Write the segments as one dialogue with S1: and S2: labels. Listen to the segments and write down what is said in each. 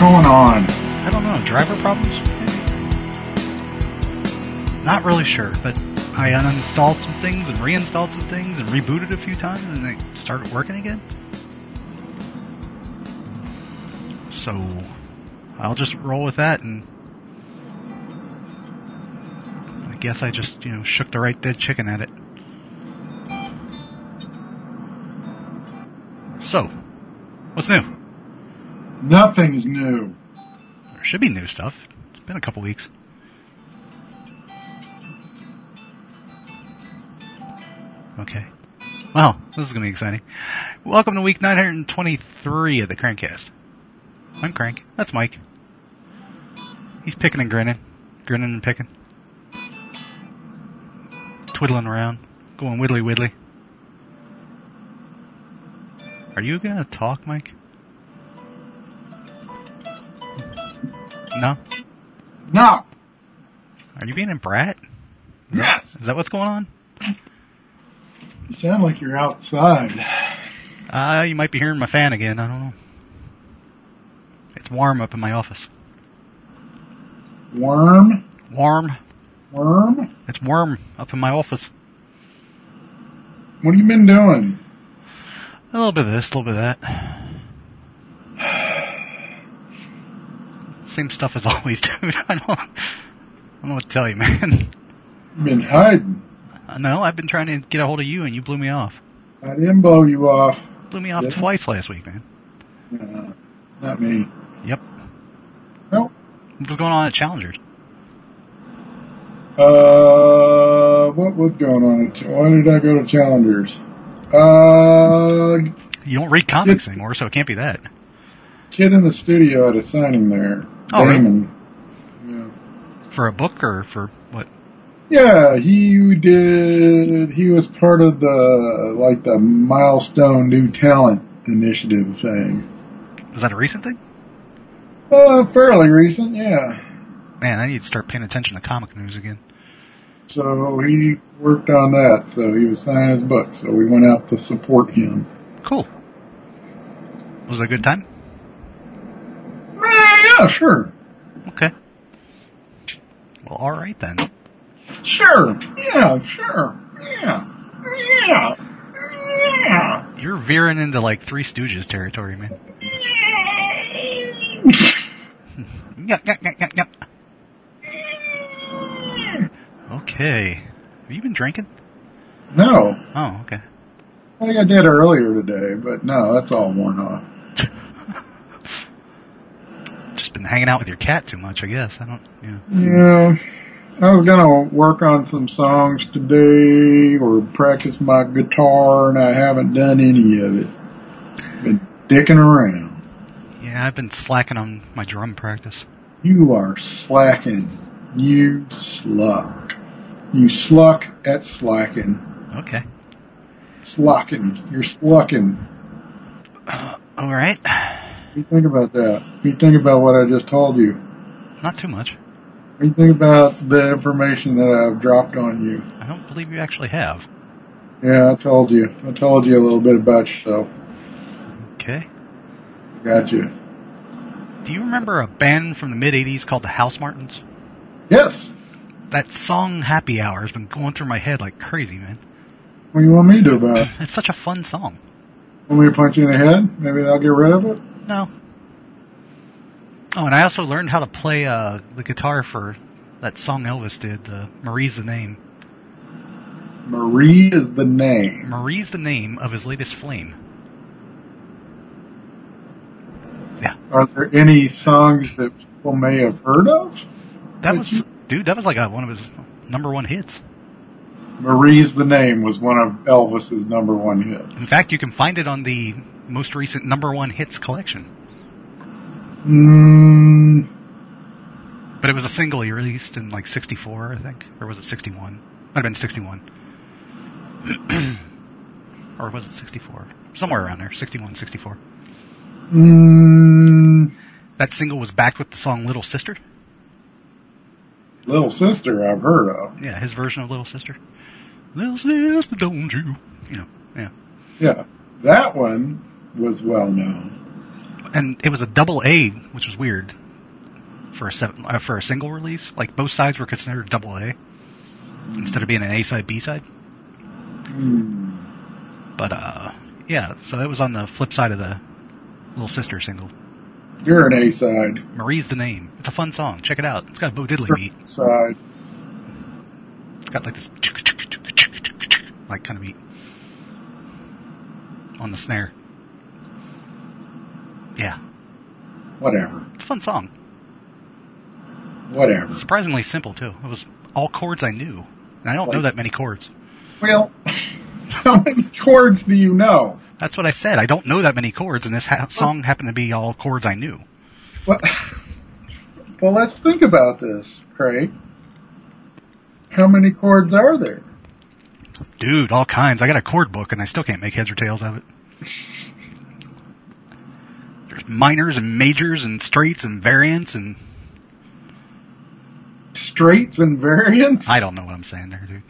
S1: going on?
S2: I don't know. Driver problems? Not really sure, but I uninstalled some things and reinstalled some things and rebooted a few times and they started working again. So I'll just roll with that and I guess I just, you know, shook the right dead chicken at it. So, what's new?
S1: Nothing's new.
S2: There should be new stuff. It's been a couple weeks. Okay. Well, this is going to be exciting. Welcome to week 923 of the Crankcast. I'm Crank. That's Mike. He's picking and grinning. Grinning and picking. Twiddling around. Going widdly widdly. Are you going to talk, Mike? No?
S1: No.
S2: Are you being a brat?
S1: Yes.
S2: Is that what's going on?
S1: You sound like you're outside.
S2: Uh, you might be hearing my fan again. I don't know. It's warm up in my office.
S1: Worm?
S2: Warm.
S1: Worm?
S2: It's warm up in my office.
S1: What have you been doing?
S2: A little bit of this, a little bit of that. Same stuff as always, dude. I don't, I don't know what to tell you, man.
S1: You've been hiding.
S2: I know, I've been trying to get a hold of you and you blew me off.
S1: I didn't blow you off.
S2: Blew me off
S1: Yeah.
S2: twice last week, man.
S1: No, not me.
S2: Yep.
S1: Nope.
S2: What was going on at Challengers?
S1: Uh, what was going on? at- Why did I go to Challengers? Uh,
S2: You don't read comics anymore, so it can't be that.
S1: kid in the studio at a signing there.
S2: Oh, really?
S1: Damon. Yeah.
S2: For a book or for what?
S1: Yeah, he did. He was part of the like the milestone new talent initiative thing.
S2: Was that a recent thing?
S1: Uh, fairly recent, yeah.
S2: Man, I need to start paying attention to comic news again.
S1: So he worked on that. So he was signing his book. So we went out to support him.
S2: Cool. Was it a good time?
S1: Eh, yeah, sure,
S2: Okay. Well, alright then.
S1: sure, yeah, sure, yeah, yeah, yeah.
S2: You're veering into like Three Stooges territory, man. Yup, yup, yup, yup, yup. Okay. Have you been drinking?
S1: no,
S2: Oh, okay.
S1: I think I did earlier today, but no, that's all worn off.
S2: Just been hanging out with your cat too much, I guess. I don't, you know.
S1: Yeah, I was gonna work on some songs today or practice my guitar, and I haven't done any of it. Been dicking around.
S2: Yeah, I've been slacking on my drum practice.
S1: You are slacking. You sluck. You sluck at slacking.
S2: Okay.
S1: Slacking. You're slucking.
S2: Alright.
S1: What do you think about that? What do you think about what I just told you?
S2: Not too much.
S1: What do you think about the information that I've dropped on you?
S2: I don't believe you actually have.
S1: Yeah, I told you. I told you a little bit about yourself.
S2: Okay.
S1: Got you.
S2: Do you remember a band from the mid 80s called the House Martins?
S1: Yes.
S2: That song Happy Hour has been going through my head like crazy, man.
S1: What do you want me to do about it?
S2: It's such a fun song.
S1: Want me to punch you in the head? Maybe I'll get rid of it?
S2: No. Oh, and I also learned how to play uh, the guitar for that song Elvis did, uh, Marie's the Name.
S1: Marie is the name.
S2: Marie's the name of his latest flame.
S1: Are there any songs that people may have heard of?
S2: That
S1: Did
S2: was, dude, that was like a, one of his number one hits.
S1: Marie's the name was one of Elvis's number one hits.
S2: In fact, you can find it on the most recent number one hits collection.
S1: Mm,
S2: But it was a single he released in like 64, I think. Or was it 61? Might have been 61. or was it 64? Somewhere around there. 61, 64.
S1: mm,
S2: That single was backed with the song Little Sister.
S1: Little Sister, I've heard of.
S2: Yeah, his version of Little Sister. Little Sister, don't you? You know, yeah.
S1: Yeah. That one was well known.
S2: and it was a double A, which was weird for a seven, uh, for a single release. Like both sides were considered double A instead of being an A side, B side.
S1: Hmm.
S2: But uh, yeah, so that was on the flip side of the little sister single.
S1: You're an A side.
S2: Marie's the name. It's a fun song. Check it out. It's got a Bo Diddley beat.
S1: Side.
S2: It's got like this like kind of beat on the snare. Yeah,
S1: Whatever.
S2: it's a fun song.
S1: Whatever.
S2: Surprisingly simple too. It was all chords I knew, and I don't know that many chords.
S1: Well, how many chords do you know?
S2: That's what I said. I don't know that many chords, and this ha- song happened to be all chords I knew.
S1: Well, well, let's think about this, Craig. How many chords are there?
S2: Dude, all kinds. I got a chord book, and I still can't make heads or tails of it. There's minors and majors and straights and variants, and
S1: Straights and variants?
S2: I don't know what I'm saying there, dude.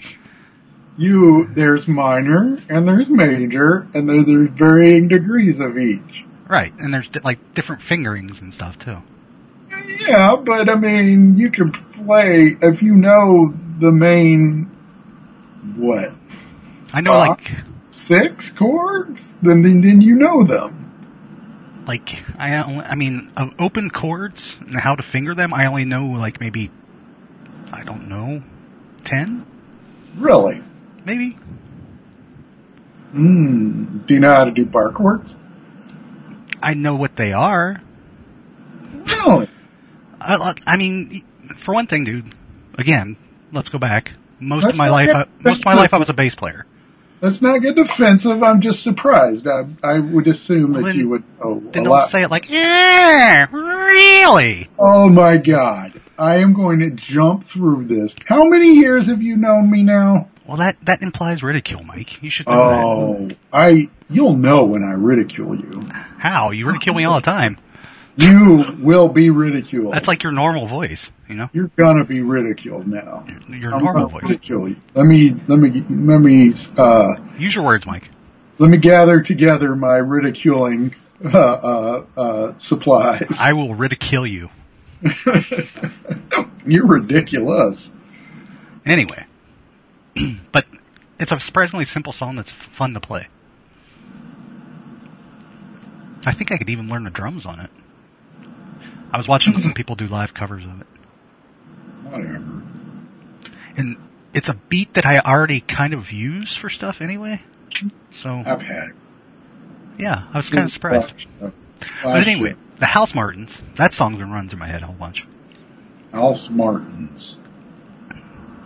S1: You, there's minor, and there's major, and there, there's varying degrees of each.
S2: Right, and there's di- like different fingerings and stuff too.
S1: Yeah, but I mean, you can play, if you know the main, what,
S2: I know,
S1: Uh-huh.
S2: like,
S1: six chords? Then, then, then you know them.
S2: like I, only, I mean, of open chords and how to finger them. I only know like maybe, I don't know, ten
S1: Really?
S2: maybe.
S1: Mm. Do you know how to do bar chords?
S2: I know what they are.
S1: Really?
S2: I, I mean, for one thing, dude. Again, let's go back. Most
S1: Let's
S2: of my
S1: not
S2: life,
S1: get
S2: I, most of my
S1: defensive.
S2: life, I was a bass player.
S1: Let's not get defensive. I'm just surprised. I, I would assume that
S2: Then-
S1: you would know a
S2: Then don't
S1: lot.
S2: say it like, yeah, really.
S1: oh my god. I am going to jump through this. How many years have you known me now?
S2: Well, that that implies ridicule, Mike. You should know
S1: Oh, I, you'll know when I ridicule you.
S2: that. How you ridicule me all the time?
S1: You will be ridiculed.
S2: That's like your normal voice. You know,
S1: You're gonna be ridiculed now.
S2: your
S1: I'm
S2: normal
S1: gonna
S2: voice.
S1: ridicule you. Let me, let me, let me, uh,
S2: Use your words, Mike.
S1: let me gather together my ridiculing, uh, uh, uh, supplies.
S2: I will ridicule you.
S1: You're ridiculous.
S2: Anyway, but it's a surprisingly simple song that's f- fun to play. I think I could even learn the drums on it. I was watching some people do live covers of it.
S1: Whatever.
S2: And it's a beat that I already kind of use for stuff anyway. So,
S1: I've had it.
S2: yeah, I was kind of surprised. But anyway, the House Martins, that song's been running through my head a whole bunch.
S1: House Martins.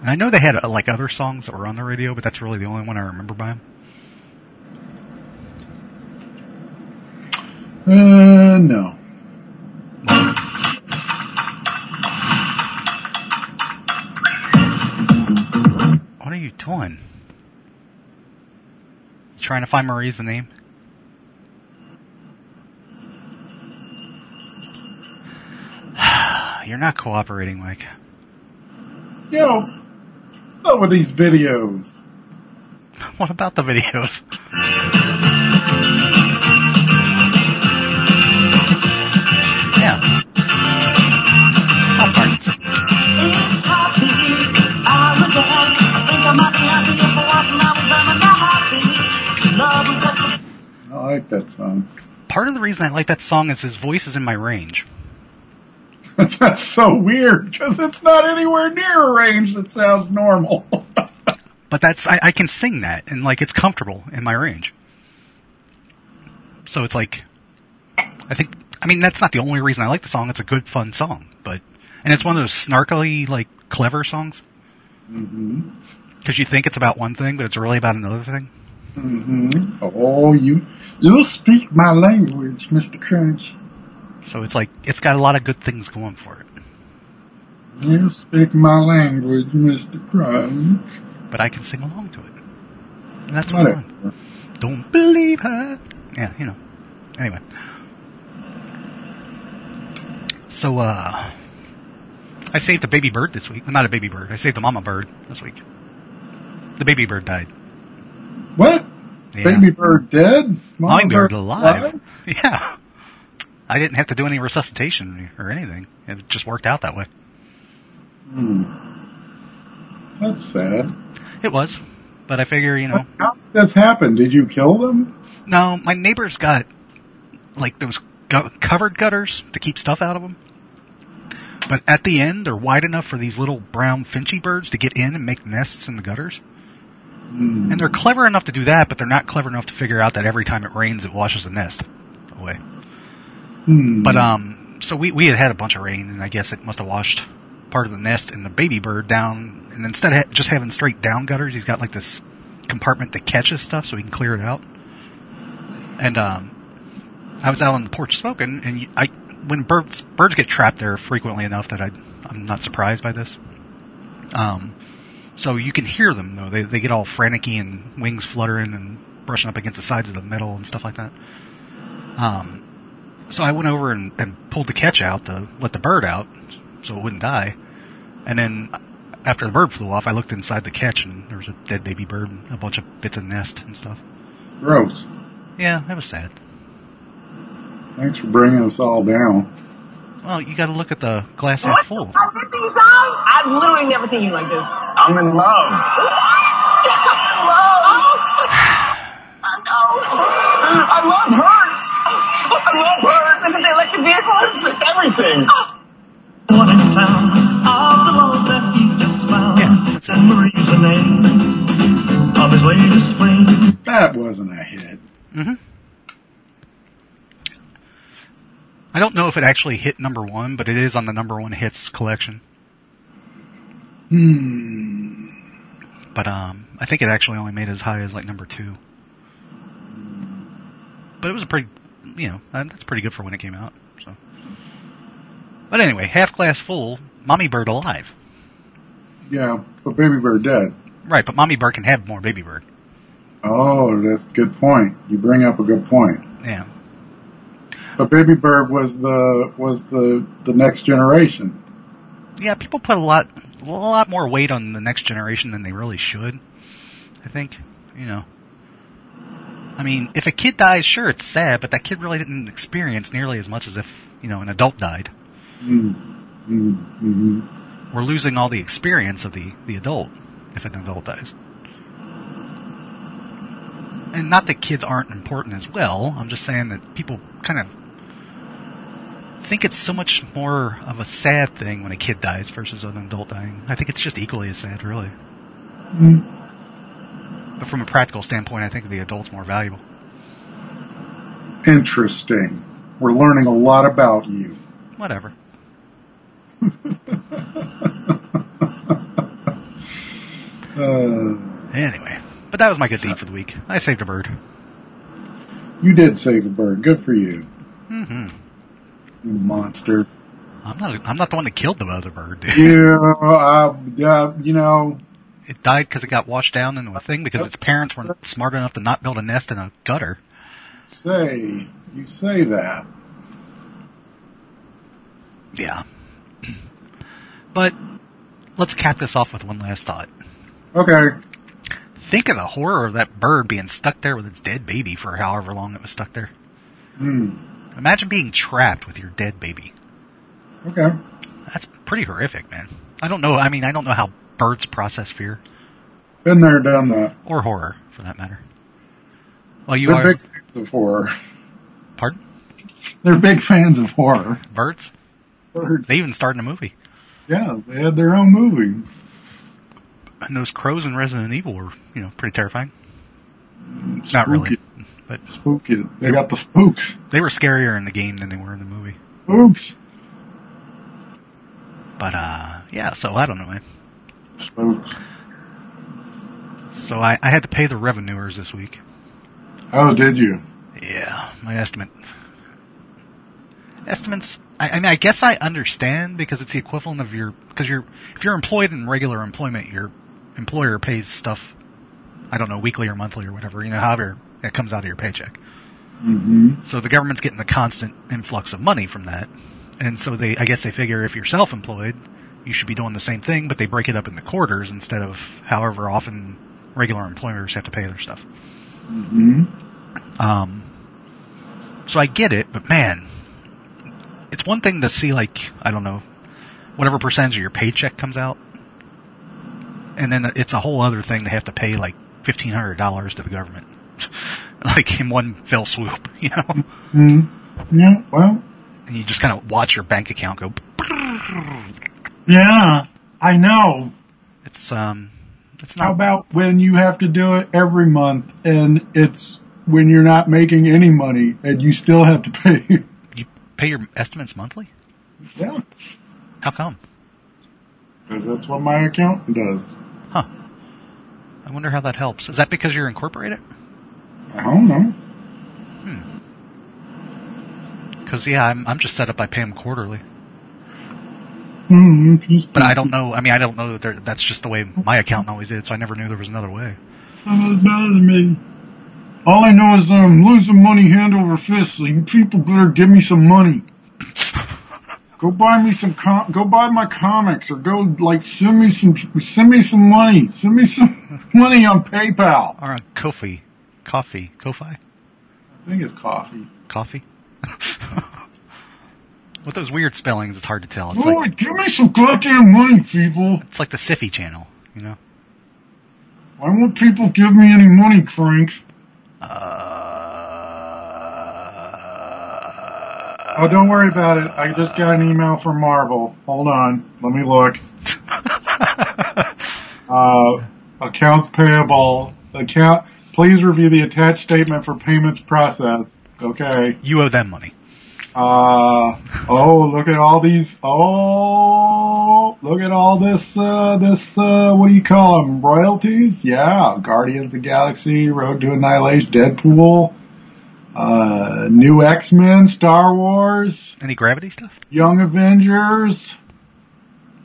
S2: And I know they had uh, like other songs that were on the radio, but that's really the only one I remember by them.
S1: Uh, no.
S2: What are you doing? You trying to find Marie's the name? You're not cooperating, Mike.
S1: You know, some of these videos.
S2: What about the videos? Yeah. House Martins.
S3: It's happy. I'm a dad. I think I might be happy if I wasn't. I would learn I'm not happy. Love is just a
S1: I like that song.
S2: Part of the reason I like that song is his voice is in my range.
S1: That's so weird because it's not anywhere near a range that sounds normal.
S2: But that's I, I can sing that and like it's comfortable in my range. So it's like I think I mean that's not the only reason I like the song, it's a good fun song, but and it's one of those snarkily like clever songs
S1: mm-hmm.
S2: because you think it's about one thing but it's really about another thing.
S1: Mm-hmm. Oh, you you speak my language, Mr. Crunch.
S2: So it's like it's got a lot of good things going for it.
S1: You speak my language, Mr. Crunch.
S2: But I can sing along to it. And that's what's fun.
S1: Whatever.
S2: Don't believe her. Yeah, you know. Anyway. So, uh, I saved a baby bird this week. Not a baby bird. I saved a mama bird this week. The baby bird died.
S1: What?
S2: Yeah.
S1: Baby bird dead? Mama
S2: Mama bird alive. Yeah. I didn't have to do any resuscitation or anything. It just worked out that way.
S1: Hmm. That's sad.
S2: It was, but I figure, you know,
S1: How did this happen? Did you kill them?
S2: no, my neighbor's got like those gu- covered gutters to keep stuff out of them. But at the end, they're wide enough for these little brown finchy birds to get in and make nests in the gutters.
S1: Hmm.
S2: And they're clever enough to do that, but they're not clever enough to figure out that every time it rains, it washes the nest away.
S1: Hmm.
S2: But um, so we we had had a bunch of rain, and I guess it must have washed part of the nest and the baby bird down. And instead of ha- just having straight down gutters, he's got like this compartment that catches stuff so he can clear it out. And um, I was out on the porch smoking, and y- I when birds birds get trapped there frequently enough that I I'm not surprised by this. Um, so you can hear them though; they they get all frantic-y and wings fluttering and brushing up against the sides of the metal and stuff like that. Um, so I went over and, and pulled the catch out to let the bird out so it wouldn't die. And then after the bird flew off, I looked inside the catch and there was a dead baby bird and a bunch of bits of nest and stuff.
S1: gross.
S2: Yeah, that was sad.
S1: Thanks for bringing us all down.
S2: Well, you gotta look at the glass half full.
S3: What the fuck, These all? I've literally never seen you like this.
S4: I'm in love.
S3: I know.
S4: I love hurts. I love hurts.
S3: This is the electric vehicle.
S4: Hurts, it's everything.
S3: One in town, off the road that he just found.
S2: Yeah, that's it.
S3: And Marie's the name of his latest fling.
S1: That wasn't a hit.
S2: hmm I don't know if it actually hit number one, but it is on the number one hits collection.
S1: Hmm.
S2: But um, I think it actually only made it as high as like number two. But it was a pretty, you know, uh, that's pretty good for when it came out. So, but anyway, half glass full, mommy bird alive.
S1: Yeah, but Baby Bear dead.
S2: Right, but mommy bird can have more baby bird.
S1: Oh, that's a good point. You bring up a good point.
S2: Yeah,
S1: But Baby Bird was the was the the next generation.
S2: yeah. People put a lot, a lot more weight on the next generation than they really should. I think, you know. I mean, if a kid dies, sure, it's sad, but that kid really didn't experience nearly as much as if you know an adult died.
S1: Mm. Mm. Mm-hmm.
S2: we're losing all the experience of the, the adult if an adult dies. And not that kids aren't important as well. I'm just saying that people kind of think it's so much more of a sad thing when a kid dies versus an adult dying. I think it's just equally as sad, really.
S1: Mm.
S2: But from a practical standpoint, I think the adult's more valuable.
S1: Interesting. We're learning a lot about you.
S2: Whatever.
S1: Uh,
S2: Anyway. But that was my good deed for the week. I saved a bird.
S1: you did save a bird. Good for you,
S2: hmm
S1: you monster.
S2: I'm not, I'm not the one that killed the other bird, dude.
S1: You, uh, uh, you know,
S2: it died because it got washed down into a thing because its parents were not smart enough to not build a nest in a gutter.
S1: say you say that.
S2: Yeah. But let's cap this off with one last thought.
S1: Okay.
S2: Think of the horror of that bird being stuck there with its dead baby for however long it was stuck there.
S1: Mm.
S2: Imagine being trapped with your dead baby.
S1: Okay.
S2: That's pretty horrific, man. I don't know. I mean, I don't know how birds process fear
S1: Been there, done that.
S2: or horror for that matter. Well, you
S1: They're
S2: are.
S1: big fans of horror.
S2: Pardon?
S1: They're big fans of horror.
S2: Birds?
S1: Birds.
S2: They even starred in a movie.
S1: Yeah, they had their own movie.
S2: And those crows in Resident Evil were, you know, pretty terrifying. Not really, but
S1: Spook it. They got the spooks.
S2: they were scarier in the game than they were in the movie.
S1: Spooks.
S2: But uh, yeah. So I don't know, man.
S1: Spooks.
S2: So I, I had to pay the revenuers this week.
S1: Oh, did you?
S2: Yeah, my estimate. Estimates. I, I mean, I guess I understand because it's the equivalent of your because you're if you're employed in regular employment, your employer pays stuff. I don't know, weekly or monthly or whatever. You know, however it comes out of your paycheck.
S1: Mm-hmm.
S2: So the government's getting a constant influx of money from that. And so they, I guess they figure if you're self-employed, you should be doing the same thing, but they break it up into quarters instead of however often regular employers have to pay their stuff.
S1: Mm-hmm.
S2: Um, so I get it, but man, it's one thing to see like I don't know whatever percentage of your paycheck comes out, and then it's a whole other thing to have to pay like fifteen hundred dollars to the government, like in one fell swoop, you know.
S1: Mm. Yeah, well,
S2: And you just kind of watch your bank account go.
S1: yeah, I know.
S2: It's um, it's
S1: How
S2: not
S1: about when you have to do it every month and it's when you're not making any money and you still have to pay?
S2: you pay your estimates monthly.
S1: yeah,
S2: How come?
S1: because that's what my accountant does.
S2: Huh. I wonder how that helps. Is that because you're incorporated?
S1: I don't know.
S2: Because yeah, I'm I'm just set up. I pay them quarterly,
S1: Hmm, interesting.
S2: but I don't know. I mean, I don't know that they're- that's just the way my accountant always did. So I never knew there was another way.
S1: That bothers me. All I know is that I'm losing money hand over fist, so you people better give me some money. Go buy me some com- go buy my comics or go like send me some send me some money. Send me some money on PayPal.
S2: Or on Kofi, coffee, Kofi,
S1: I think it's coffee.
S2: coffee. With those weird spellings, it's hard to tell. It's
S1: Boy,
S2: like
S1: give me some goddamn money, people.
S2: it's like the Siffy channel, you know.
S1: Why won't people give me any money, cranks?
S2: Uh,
S1: Oh, don't worry about it. I just got an email from Marvel. Hold on. Let me look. uh, accounts payable. Account. Please review the attached statement for payments processed. Okay.
S2: you owe them money.
S1: Uh, oh, look at all these. Oh, look at all this, uh, this, uh, what do you call them? Royalties? Yeah. Guardians of the Galaxy, Road to Annihilation, Deadpool, uh, New X-Men, Star Wars.
S2: Any gravity stuff?
S1: Young Avengers,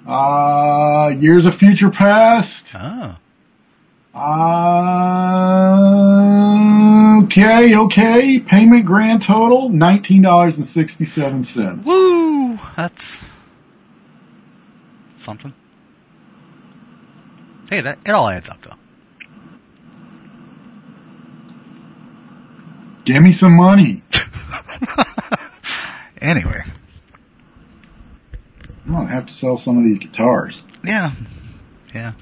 S1: uh, Years of Future Past,
S2: Oh,
S1: uh, okay, okay, payment grand total, $19.67.
S2: woo! That's something. Hey, that it all adds up though.
S1: Give me some money.
S2: Anyway,
S1: I'm gonna have to sell some of these guitars.
S2: yeah, yeah.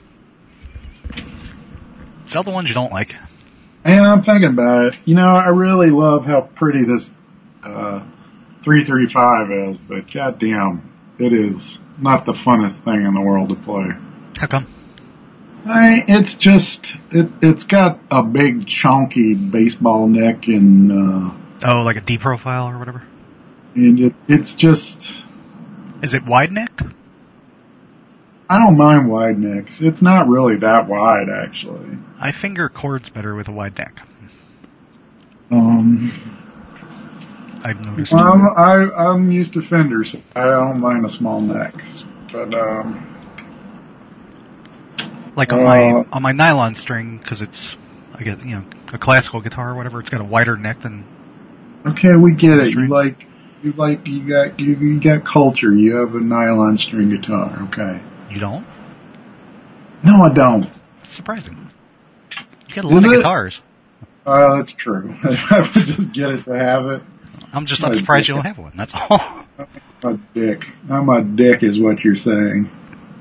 S2: Sell the ones you don't like.
S1: And I'm thinking about it. You know, I really love how pretty this, uh, 335 is, but goddamn, it is not the funnest thing in the world to play.
S2: How come?
S1: I, it's just it, it's got a big chunky baseball neck and uh,
S2: Oh, like a D profile or whatever.
S1: and it, it's just
S2: Is it wide necked?
S1: I don't mind wide necks. It's not really that wide actually.
S2: I finger chords better with a wide neck.
S1: Um,
S2: I've noticed.
S1: I'm, I I'm used to fenders. I don't mind the small necks, but um,
S2: like on my
S1: uh,
S2: on my nylon string because it's I guess you know a classical guitar or whatever. It's got a wider neck than
S1: okay, we get it. You
S2: String.
S1: like you like you got you, you got culture. You have a nylon string guitar. Okay.
S2: you don't.
S1: No, I don't.
S2: That's surprising. You got a lot
S1: Is
S2: of
S1: it?
S2: guitars.
S1: Uh, that's true. I would just get it to have it.
S2: I'm just
S1: Oh,
S2: I'm surprised you
S1: yeah.
S2: don't have one. That's all.
S1: a dick. I'm a dick, is what you're saying.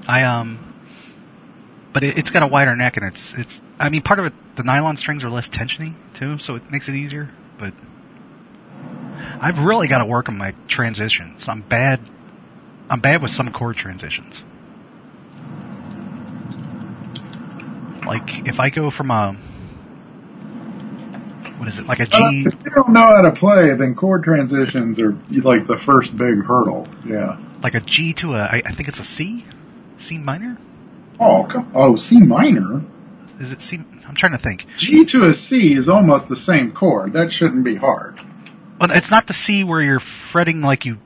S2: I um, but it, it's got a wider neck and it's it's. I mean, part of it the nylon strings are less tensiony too, so it makes it easier. But I've really got to work on my transitions. I'm bad. I'm bad with some chord transitions. Like if I go from a what is it like a
S1: Uh,
S2: G?
S1: if you don't know how to play, then chord transitions are like the first big hurdle. Yeah.
S2: like a G to a, I, I think it's a C, C minor.
S1: Oh, come, oh, C minor.
S2: Is it C? I'm trying to think.
S1: G to a C is almost the same chord. That shouldn't be hard.
S2: But it's not the C where you're fretting like you,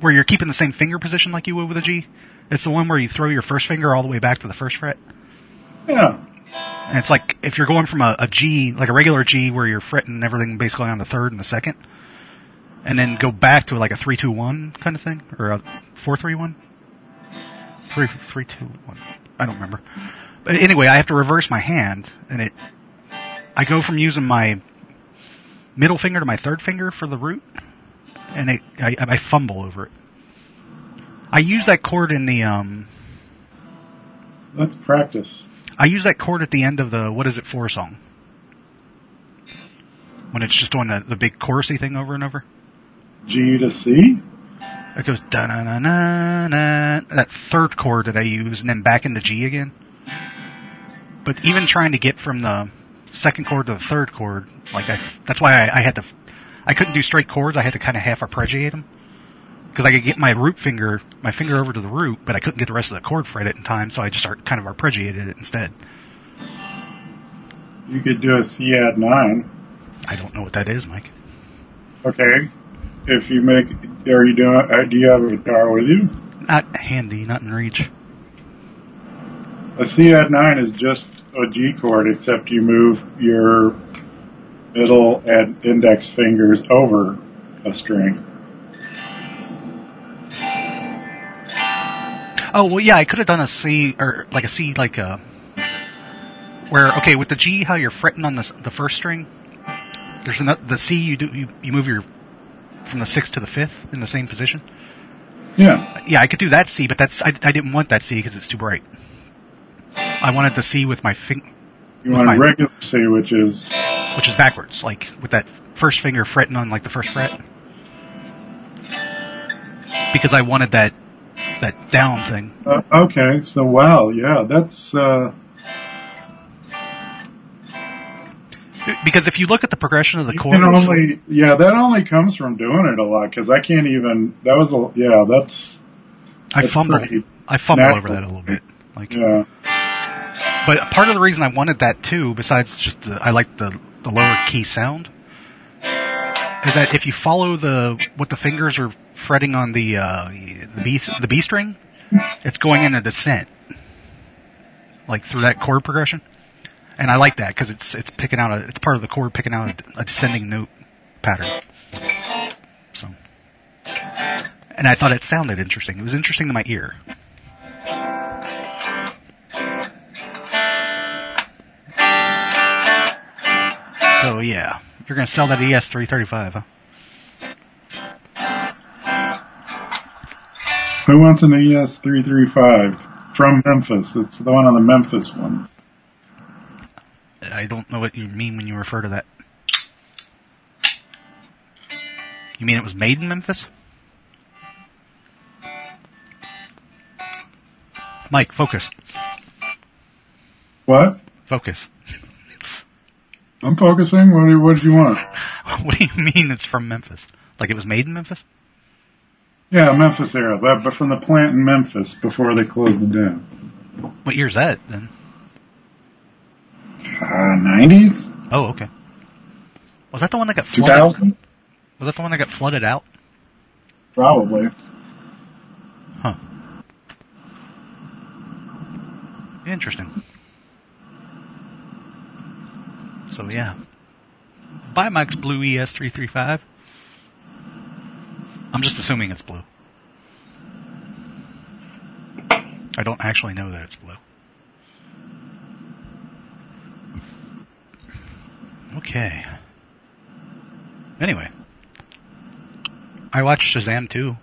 S2: where you're keeping the same finger position like you would with a G. It's the one where you throw your first finger all the way back to the first fret.
S1: Yeah.
S2: And it's like if you're going from a, a G, like a regular G, where you're fretting everything basically on the third and the second, and then go back to like a three two one kind of thing or a four three one, three three two one. I don't remember. But anyway, I have to reverse my hand, and it. I go from using my middle finger to my third finger for the root, and it, I, I fumble over it. I use that chord in the um.
S1: Let's practice.
S2: I use that chord at the end of the "What Is It For" song when it's just doing the, the big chorusy thing over and over.
S1: G to C.
S2: It goes da na na na na. That third chord that I use, and then back into G again. But even trying to get from the second chord to the third chord, like I, that's why I, I had to, I couldn't do straight chords. I had to kind of half arpeggiate them because I could get my root finger, my finger over to the root, but I couldn't get the rest of the chord fret it in time. So I just ar- kind of arpeggiated it instead.
S1: You could do a C add nine.
S2: I don't know what that is, Mike.
S1: Okay. If you make, are you doing? uh, Do you have a guitar with you?
S2: Not handy, not in reach.
S1: A C add nine is just a G chord, except you move your middle and index fingers over a string.
S2: Oh well, yeah, I could have done a C or like a C, like a where okay with the G, how you're fretting on the s- the first string. There's another the C you do you, you move your from the sixth to the fifth in the same position.
S1: Yeah.
S2: Yeah, I could do that C, but that's I, I didn't want that C because it's too bright. I wanted the C with my fing,
S1: You want a
S2: Fine.
S1: regular C, which is
S2: which is backwards, like with that first finger fretting on like the first fret, because I wanted that that down thing.
S1: Uh, okay, so wow, yeah, that's uh,
S2: Because if you look at the progression of the
S1: you
S2: chords,
S1: can only yeah that only comes from doing it a lot because I can't even that was a yeah that's
S2: I
S1: That's
S2: fumble.
S1: pretty
S2: I fumble
S1: natural.
S2: over that a little bit. Like,
S1: yeah
S2: but part of the reason I wanted that too, besides just the, I like the the lower key sound, is that if you follow the what the fingers are fretting on the uh, the B the B string, it's going in a descent, like through that chord progression, and I like that because it's it's picking out a it's part of the chord picking out a, a descending note pattern. So, and I thought it sounded interesting. It was interesting to my ear. So yeah, you're gonna sell that ES three thirty five, huh?
S1: who wants an ES three three five from Memphis? It's the one on the Memphis ones.
S2: I don't know what you mean when you refer to that. You mean it was made in Memphis? Mike, focus,
S1: What?
S2: focus.
S1: I'm focusing. What do what do you want?
S2: What do you mean it's from Memphis? Like it was made in Memphis?
S1: Yeah, Memphis era, but, but from the plant in Memphis before they closed it down.
S2: What year's that then?
S1: Uh, Nineties,
S2: Oh, okay. Was that the one that got
S1: two
S2: flooded?
S1: thousand,
S2: Was that the one that got flooded out?
S1: probably.
S2: Huh. Interesting. So yeah. Buy Mike's blue E ES335. I'm just assuming it's blue. I don't actually know that it's blue. Okay. Anyway. I watched Shazam 2.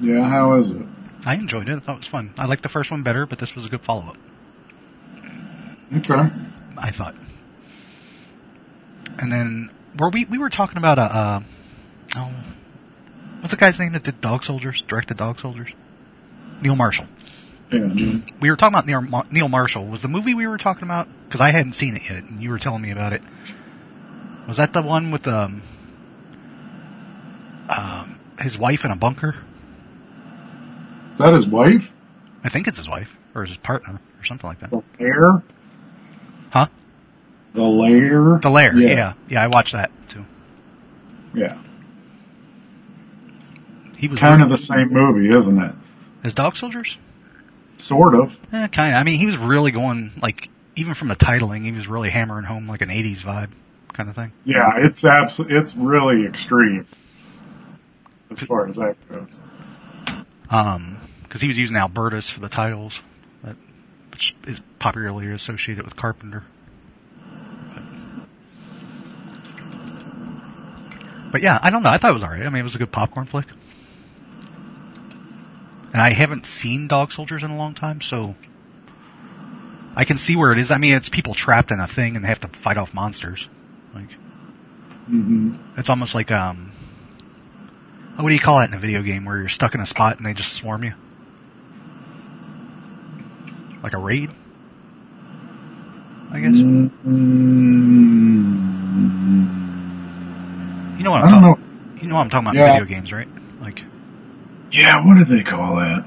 S1: Yeah, how is it?
S2: I enjoyed it. I thought it was fun. I liked the first one better, but this was a good follow up.
S1: Okay.
S2: I thought. And then were we we were talking about a uh, oh, what's the guy's name that did Dog Soldiers? Directed Dog Soldiers? Neil Marshall.
S1: Yeah.
S2: We were talking about Neil, Mar- Neil Marshall. Was the movie we were talking about? Because I hadn't seen it yet, and you were telling me about it. Was that the one with um, um his wife in a bunker?
S1: Is that his wife?
S2: I think it's his wife or his partner or something like that.
S1: The lair?
S2: Huh?
S1: The lair?
S2: The Lair.
S1: Yeah.
S2: yeah, yeah. I watched that too.
S1: Yeah.
S2: He was
S1: Kind of the same movie, isn't it?
S2: as Dog Soldiers.
S1: Sort of.
S2: Eh, kind of. I mean, he was really going like even from the titling, he was really hammering home like an '80s vibe kind of thing.
S1: Yeah, it's abs- it's really extreme as far as that goes.
S2: Um, because he was using Albertus for the titles, that, which is popularly associated with Carpenter. But, but yeah, I don't know. I thought it was alright. I mean, it was a good popcorn flick. and I haven't seen Dog Soldiers in a long time, so I can see where it is. I mean, it's people trapped in a thing and they have to fight off monsters. Like
S1: hmm
S2: it's almost like um, what do you call it in a video game where you're stuck in a spot and they just swarm you, like a raid, I guess.
S1: Mm, Mm-hmm.
S2: You know what I'm
S1: I don't know.
S2: talking. You know what I'm talking about
S1: Yeah.
S2: in video games, right? Like
S1: Yeah, what do they call that?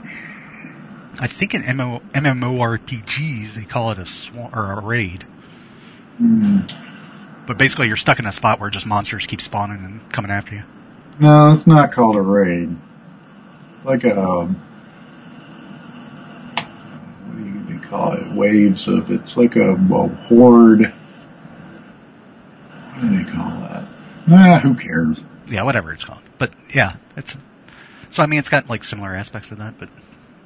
S2: I think in MMO, MMORPGs they call it a swarm or a raid.
S1: Mm.
S2: But basically, you're stuck in a spot where just monsters keep spawning and coming after you.
S1: No, it's not called a raid. Like a um, what do you call it? Waves of it's like a, a horde. What do they call that? Ah, who cares?
S2: Yeah, whatever it's called. But yeah, it's so. I mean, it's got like similar aspects to that. But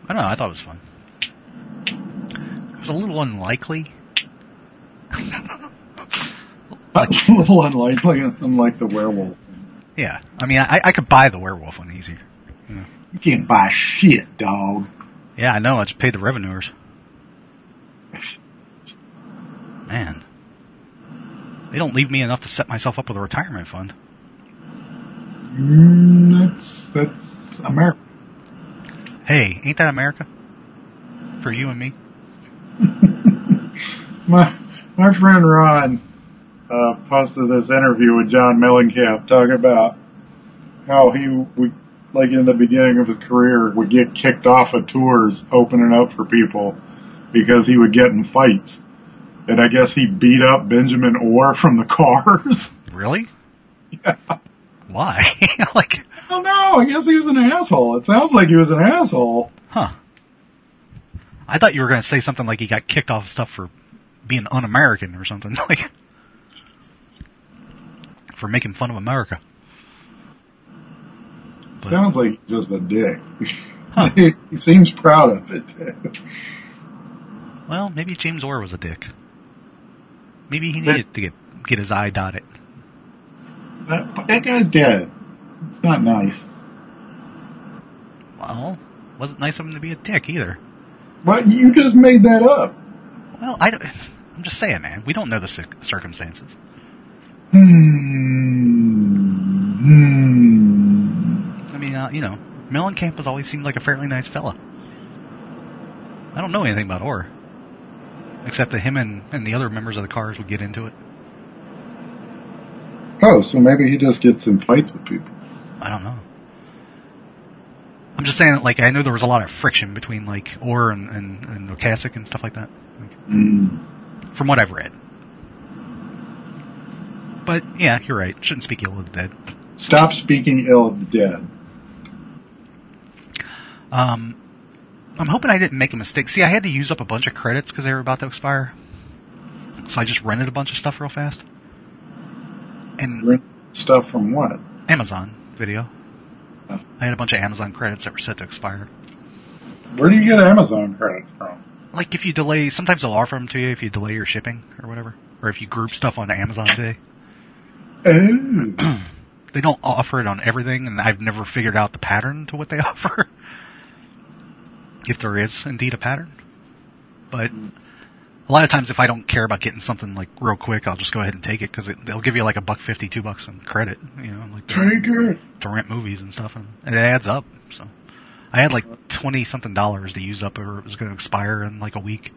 S2: I don't know. I thought it was fun. It was a little unlikely.
S1: That's a little unlikely, unlike the werewolf.
S2: Yeah, I mean, I, I could buy the werewolf one easier.
S1: You can't buy shit, dog.
S2: Yeah, I know. I just paid the revenuers. Man, they don't leave me enough to set myself up with a retirement fund.
S1: Mm, that's that's America.
S2: Hey, ain't that America? For you and me.
S1: My my friend Ron uh, posted this interview with John Mellencamp talking about how he would, like in the beginning of his career, would get kicked off of tours opening up for people because he would get in fights. And I guess he beat up Benjamin Orr from the Cars.
S2: Really? Why? like,
S1: I don't know. I guess he was an asshole. It sounds like he was an asshole.
S2: huh? I thought you were going to say something like he got kicked off stuff for being un-American or something, like for making fun of America. But-
S1: Sounds like just a dick. he, he seems proud of it.
S2: Well, maybe James Orr was a dick. Maybe he needed to get get his eye dotted.
S1: that, that guy's dead. It's not nice.
S2: Well, wasn't nice of him to be a dick either.
S1: But you just made that up.
S2: Well, I don't, I'm just saying, man. We don't know the cir- circumstances.
S1: Hmm. Hmm.
S2: I mean, uh, you know, Mellencamp has always seemed like a fairly nice fella. I don't know anything about Orr. Except that him and, and the other members of the Cars would get into it.
S1: Oh, so maybe he just gets in fights with people.
S2: I don't know. I'm just saying, like, I know there was a lot of friction between, like, Orr and, and, and Ocasek and stuff like that. Like,
S1: Hmm.
S2: from what I've read. But, yeah, you're right. Shouldn't speak ill of the dead.
S1: Stop speaking ill of the dead.
S2: Um, I'm hoping I didn't make a mistake. See, I had to use up a bunch of credits because they were about to expire. So I just rented a bunch of stuff real fast. And
S1: Rent Stuff from what?
S2: Amazon video.
S1: Oh.
S2: I had a bunch of Amazon credits that were set to expire.
S1: Where do you get Amazon credit from?
S2: Like if you delay, sometimes they'll offer them to you if you delay your shipping or whatever. Or if you group stuff on Amazon Day.
S1: Oh.
S2: They don't offer it on everything, and I've never figured out the pattern to what they offer. if there is indeed a pattern. But a lot of times, if I don't care about getting something like real quick, I'll just go ahead and take it because they'll give you like a buck fifty, two bucks in credit, you know, like to,
S1: Take it.
S2: to rent movies and stuff, and, and it adds up. So I had like twenty something dollars to use up, or it was going to expire in like a week.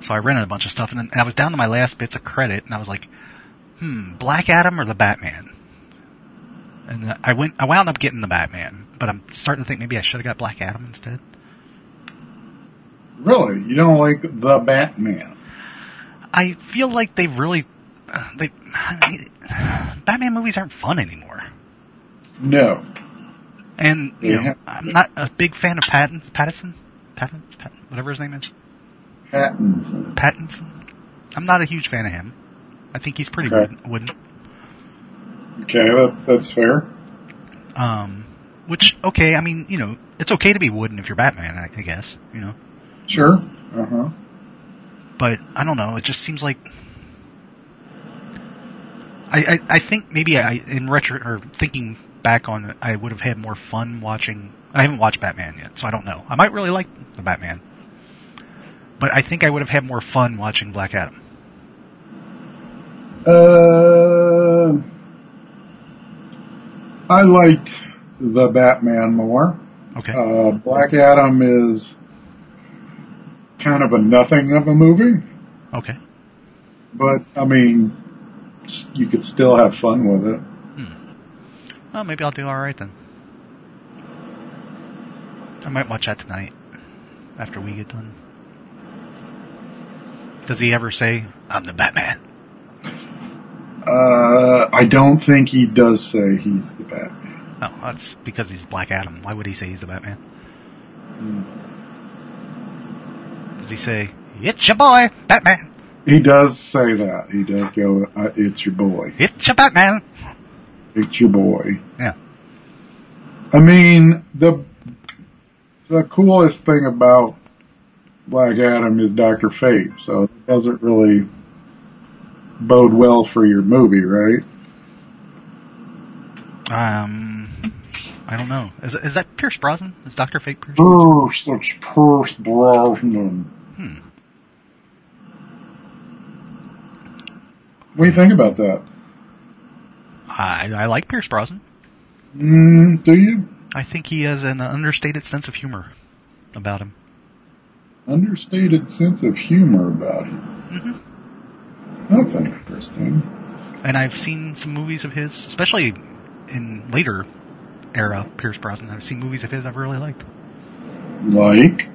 S2: So I rented a bunch of stuff, and, then, and I was down to my last bits of credit, and I was like, "Hmm, Black Adam or the Batman?" And uh, I went, I wound up getting the Batman, but I'm starting to think maybe I should have got Black Adam instead.
S1: Really? You don't like the Batman?
S2: I feel like they've really uh, they Batman movies aren't fun anymore.
S1: No.
S2: And you
S1: Yeah.
S2: know, I'm not a big fan of Patton Pattinson, Patton, Patton, whatever his name is,
S1: Pattinson.
S2: Pattinson. I'm not a huge fan of him. I think he's pretty
S1: Okay.
S2: wooden. wooden.
S1: Okay, that, that's fair.
S2: Um, which okay, I mean, you know, it's okay to be wooden if you're Batman, I, I guess, you know.
S1: Sure. Uh huh.
S2: but I don't know. It just seems like I, I, I think maybe I in retro or thinking back on it, I would have had more fun watching I haven't watched Batman yet, so I don't know. I might really like the Batman. But I think I would have had more fun watching Black Adam.
S1: Uh, I liked the Batman more.
S2: Okay.
S1: Uh, Black Adam is kind of a nothing of a movie,
S2: okay.
S1: but I mean, s- you could still have fun with it.
S2: Well, maybe I'll do alright then. I might watch that tonight after we get done. Does he ever say, I'm the Batman?
S1: Uh, I don't think he does say he's the Batman.
S2: No, Oh, that's because he's Black Adam. Why would he say he's the Batman? Does he say, It's your boy, Batman!
S1: He does say that. He does go, uh, it's your boy.
S2: It's your Batman!
S1: It's your boy.
S2: Yeah.
S1: I mean, the, the coolest thing about Black Adam is Dr. Fate, so it doesn't really bode well for your movie, right?
S2: Um, I don't know. Is, is that Pierce Brosnan? Is Dr. Fate Pierce?
S1: Bruce, it's Pierce Brosnan.
S2: Hmm.
S1: What do you think about that?
S2: I, I like Pierce Brosnan.
S1: Mm, do you?
S2: I think he has an understated sense of humor about him.
S1: Understated sense of humor about it.
S2: hmm Mm-hmm.
S1: That's interesting.
S2: And I've seen some movies of his, especially in later era Pierce Brosnan. I've seen movies of his I've really liked.
S1: Like?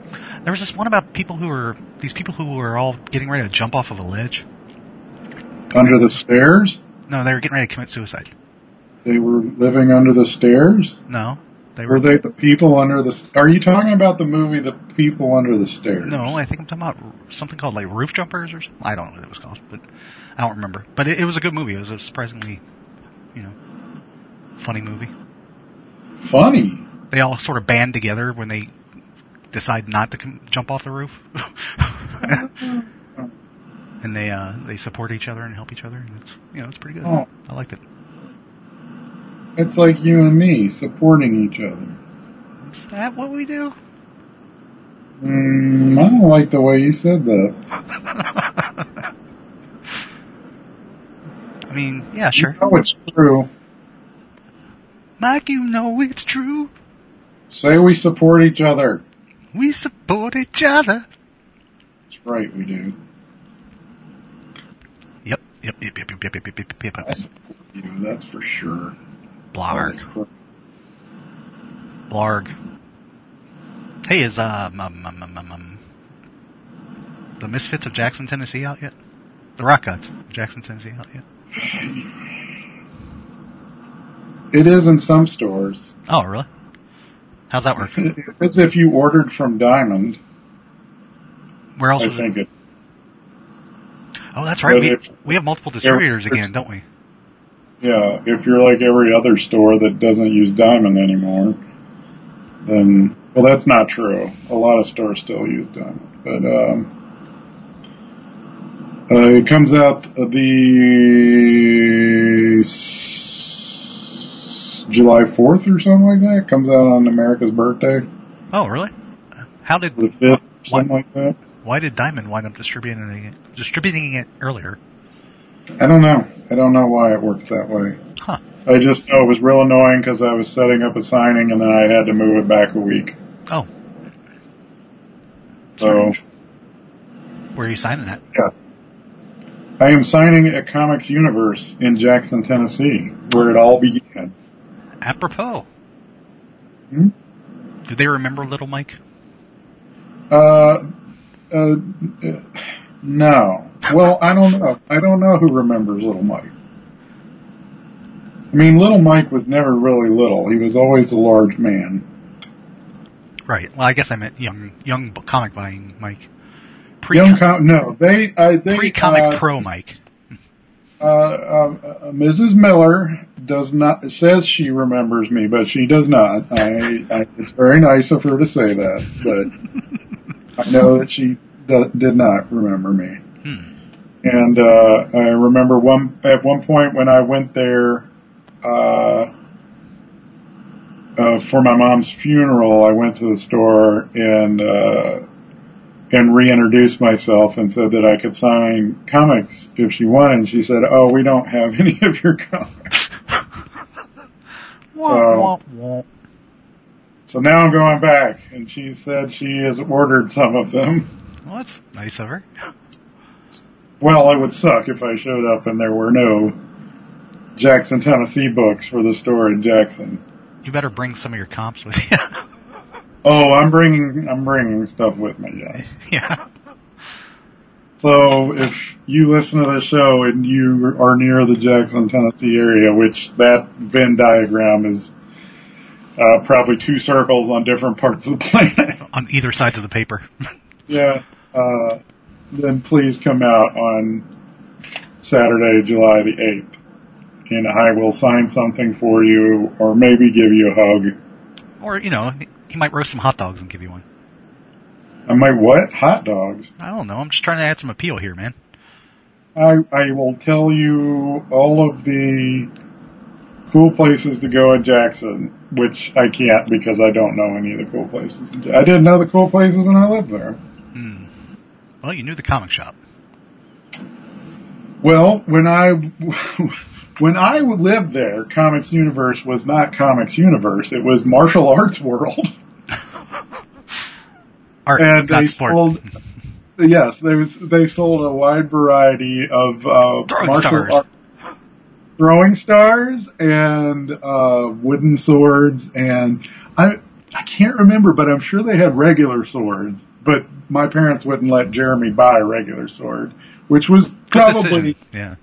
S2: There was this one about people who were these people who were all getting ready to jump off of a ledge.
S1: Under the stairs?
S2: No, they were getting ready to commit suicide.
S1: They were living under the stairs?
S2: No, they
S1: Were
S2: were.
S1: they the people under the... Are you talking about the movie The People Under the Stairs?
S2: No, I think I'm talking about r- something called like roof jumpers or something. I don't know what it was called, but I don't remember. But it, it was a good movie. It was a surprisingly, you know, funny movie.
S1: Funny.
S2: They all sort of band together when they decide not to com- jump off the roof, and they uh, they support each other and help each other. And it's you know it's pretty good.
S1: Oh.
S2: I liked it.
S1: It's like you and me, supporting each other.
S2: Is that what we do?
S1: Mm, I don't like the way you said that.
S2: I mean, yeah, sure.
S1: You know it's true.
S2: Mike, you know it's true.
S1: Say we support each other.
S2: We support each other.
S1: That's right, we do.
S2: Yep, yep, yep, yep, yep, yep, yep, yep, yep,
S1: I
S2: yep.
S1: support you, that's for sure.
S2: Blarg. Blarg. Hey, is um, um, um, um, um, um, the Misfits of Jackson, Tennessee, out yet? The Rock Gods of Jackson, Tennessee, out yet?
S1: It is in some stores.
S2: Oh, really? How's that work?
S1: As if you ordered from Diamond,
S2: Where else
S1: I
S2: was it?
S1: think it.
S2: Oh, that's right. We,
S1: But if-
S2: we have multiple distributors
S1: there's-
S2: again, don't we?
S1: Yeah, if you're like every other store that doesn't use Diamond anymore, then well, that's not true. A lot of stores still use Diamond, but um, uh, it comes out the s- July 4th or something like that. It comes out on America's birthday,
S2: Oh, really? How did?
S1: or the 5th, something
S2: Why,
S1: like that.
S2: why did Diamond wind up distributing it, distributing it earlier?
S1: I don't know. I don't know why it worked that way.
S2: Huh.
S1: I just know it was real annoying because I was setting up a signing and then I had to move it back a week.
S2: Oh.
S1: So
S2: Where are you signing at?
S1: I am signing at Comics Universe in Jackson, Tennessee, where it all began.
S2: Apropos.
S1: Hmm?
S2: Do they remember Little Mike?
S1: Uh, uh, no. Well, I don't know. I don't know who remembers Little Mike. I mean, Little Mike was never really little. He was always a large man.
S2: Right. Well, I guess I meant young, young b- comic buying Mike. Pre
S1: Young com- no, they, uh, they,
S2: pre comic
S1: uh,
S2: pro Mike.
S1: uh, uh, Mrs. Miller does not says she remembers me, but she does not. I, I it's very nice of her to say that, but I know that she do, did not remember me.
S2: Hmm.
S1: And uh, I remember one at one point when I went there. Uh, uh, for my mom's funeral, I went to the store and uh, and reintroduced myself and said that I could sign comics if she wanted. And she said, "Oh, we don't have any of your comics."
S2: Wah, wah, wah.
S1: So now I'm going back, and she said she has ordered some of them.
S2: Well, that's nice of her.
S1: Well, it would suck if I showed up and there were no Jackson, Tennessee books for the store in Jackson.
S2: You better bring some of your comps with you.
S1: Oh, I'm bringing I'm bringing stuff with me. Yes.
S2: yeah.
S1: So if you listen to the show and you are near the Jackson, Tennessee area, which that Venn diagram is uh, probably two circles on different parts of the planet,
S2: On either sides of the paper.
S1: yeah, uh, then please come out on Saturday, July the eighth, and I will sign something for you, or maybe give you a hug.
S2: or, you know, he might roast some hot dogs and give you one.
S1: I might what hot dogs?
S2: I don't know. I'm just trying to add some appeal here, man.
S1: I, I will tell you all of the cool places to go in Jackson, which I can't because I don't know any of the cool places. in Ja- I didn't know the cool places when I lived there.
S2: Hmm. Well, you knew the comic shop.
S1: Well, when I when I lived there, Comics Universe was not Comics Universe. It was Martial Arts World.
S2: Art,
S1: And
S2: not
S1: they
S2: sport.
S1: sold- Yes, they was they sold a wide variety of uh,
S2: Throwing
S1: martial
S2: stars.
S1: art- throwing stars, and uh, wooden swords, and I I can't remember, but I'm sure they had regular swords. But my parents wouldn't let Jeremy buy a regular sword, which was
S2: Good
S1: probably
S2: decision. Yeah.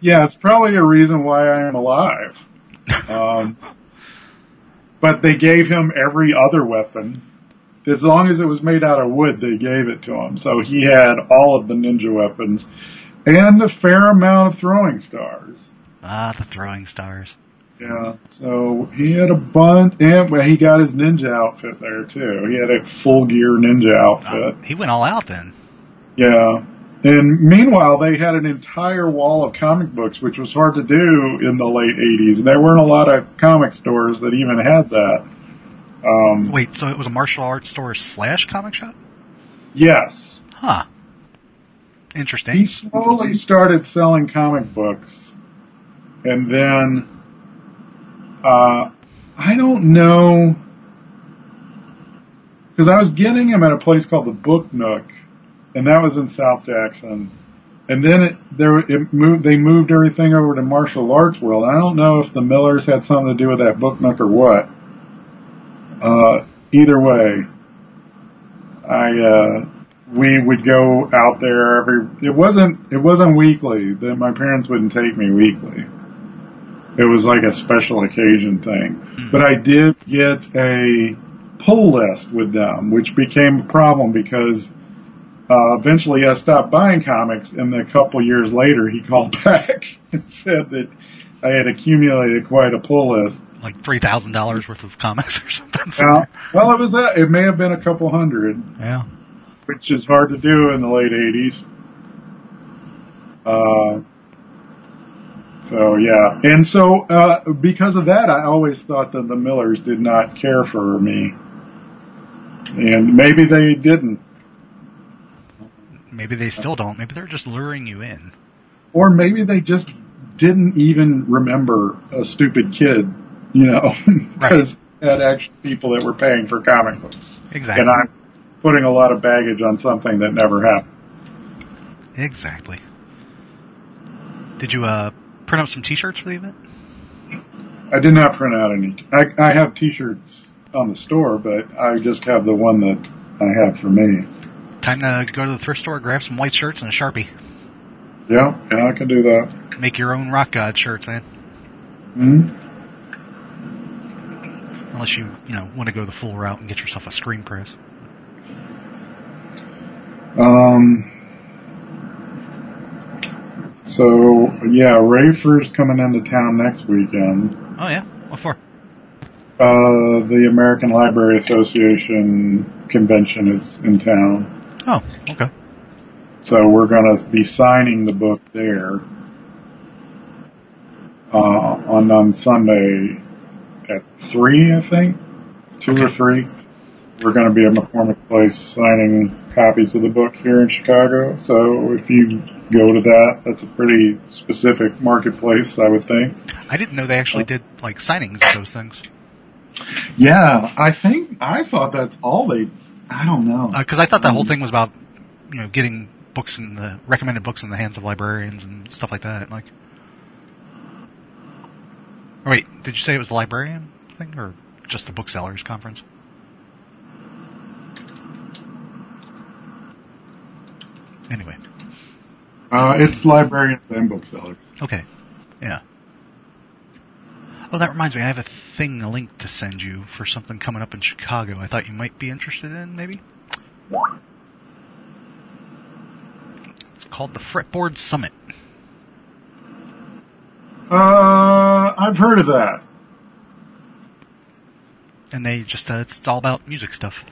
S1: yeah, it's probably a reason why I am alive. Um, but they gave him every other weapon. As long as it was made out of wood, they gave it to him. So he had all of the ninja weapons and a fair amount of throwing stars.
S2: Ah, the throwing stars.
S1: Yeah. So he had a bunch, and well, he got his ninja outfit there too. He had a full gear ninja outfit.
S2: He went all out then.
S1: Yeah. And meanwhile, they had an entire wall of comic books, which was hard to do in the late 80s. There weren't a lot of comic stores that even had that. Um,
S2: Wait, so it was a martial arts store slash comic shop?
S1: yes.
S2: Huh. Interesting.
S1: He slowly started selling comic books. And then, uh, I don't know, because I was getting him at a place called the Book Nook, and that was in South Jackson. And then it, there, it moved, they moved everything over to Martial Arts World. I don't know if the Millers had something to do with that Book Nook or what. Uh, either way, I, uh, we would go out there every, it wasn't, it wasn't weekly. That my parents wouldn't take me weekly. It was like a special occasion thing. But I did get a pull list with them, which became a problem because uh, eventually I stopped buying comics, and a couple years later he called back and said that I had accumulated quite a pull list.
S2: like three thousand dollars worth of comics or something.
S1: Now, well, it was that. It may have been a couple hundred,
S2: yeah.
S1: which is hard to do in the late '80s. Uh, so yeah, and so uh, because of that, I always thought that the Millers did not care for me, and maybe they didn't,
S2: Maybe they still don't. Maybe they're just luring you in.
S1: or maybe they just didn't even remember a stupid kid, you know, because they had actual people that were paying for comic books,
S2: Exactly.
S1: and I'm putting a lot of baggage on something that never happened.
S2: exactly. Did you uh, print up some T-shirts for the event?
S1: I did not print out any. I, I have T-shirts on the store, but I just have the one that I have for me.
S2: Time to go to the thrift store, grab some white shirts and a sharpie.
S1: Yeah, yeah, I can do that.
S2: Make your own Rock God shirts, man.
S1: hmm
S2: Unless you, you know, want to go the full route and get yourself a screen press.
S1: Um. So yeah, Rafer's coming into town next weekend.
S2: Oh yeah, what for?
S1: Uh, the American Library Association convention is in town,
S2: Oh, okay.
S1: so we're going to be signing the book there uh, on on Sunday at three, I think, two or
S2: Okay.
S1: three. We're going to be at McCormick Place signing copies of the book here in Chicago. So if you go to that, that's a pretty specific marketplace, I would think.
S2: I didn't know they actually did like signings of those things
S1: Yeah, I think I thought that's all they. I don't know.
S2: because Uh, I thought that whole thing was about you know getting books in the recommended books in the hands of librarians and stuff like that. Like, oh, wait, did you say it was the librarian thing or just the booksellers conference? Anyway,
S1: Uh, it's librarians and booksellers.
S2: okay, yeah. Oh, that reminds me, I have a thing, a link to send you for something coming up in Chicago. I thought you might be interested in, maybe. It's called the Fretboard Summit.
S1: Uh, I've heard of that.
S2: and they just uh, it's, it's all about music stuff.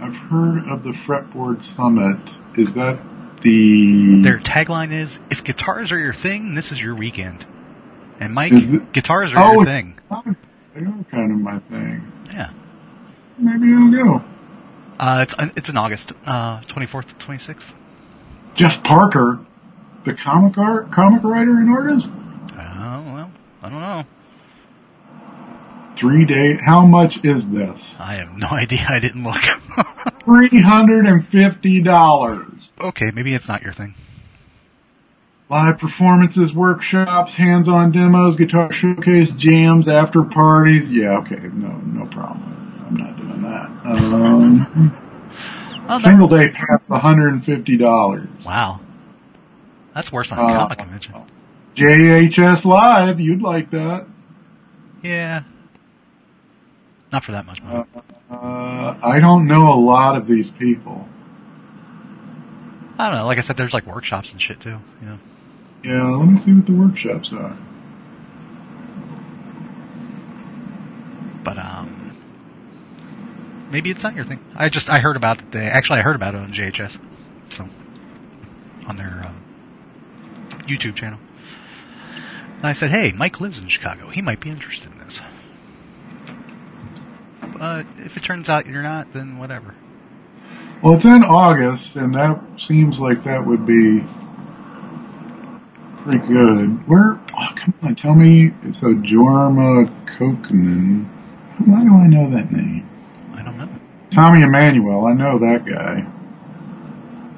S1: I've heard of the Fretboard Summit. Is that the?
S2: Their tagline is "If guitars are your thing, this is your weekend." And Mike,
S1: Is it-
S2: guitars are
S1: oh,
S2: your
S1: it's
S2: thing.
S1: kind of- kind of my thing.
S2: Yeah,
S1: Maybe I'll go.
S2: uh, it's it's in August, twenty fourth to twenty sixth.
S1: Jeff Parker, the comic art comic writer and artist.
S2: Oh well, I don't know.
S1: Three day. How much is this?
S2: I have no idea. I didn't look.
S1: Three hundred and fifty dollars.
S2: okay, maybe it's not your thing.
S1: Live performances, workshops, hands-on demos, guitar showcase, jams, after parties. Yeah, okay, no, no problem. I'm not doing that. Um,
S2: Oh, that-
S1: single day pass, $150.
S2: wow, that's worse than a
S1: Uh,
S2: comic convention.
S1: JHS Live, you'd like that.
S2: Yeah, not for that much money.
S1: Uh, I don't know a lot of these people.
S2: I don't know. Like I said, there's like workshops and shit too. You know.
S1: Yeah, let me see what the workshops are.
S2: but um, maybe it's not your thing. I just I heard about it. They, actually, I heard about it on JHS, so on their um, YouTube channel. And I said, "Hey, Mike lives in Chicago. He might be interested in this." But if it turns out you're not, then whatever.
S1: Well, it's in August, and that seems like that would be pretty good. Where? Oh, come on, tell me. So Jorma Kokanen. Why do I know that name?
S2: I don't know.
S1: Tommy Emmanuel. I know that guy.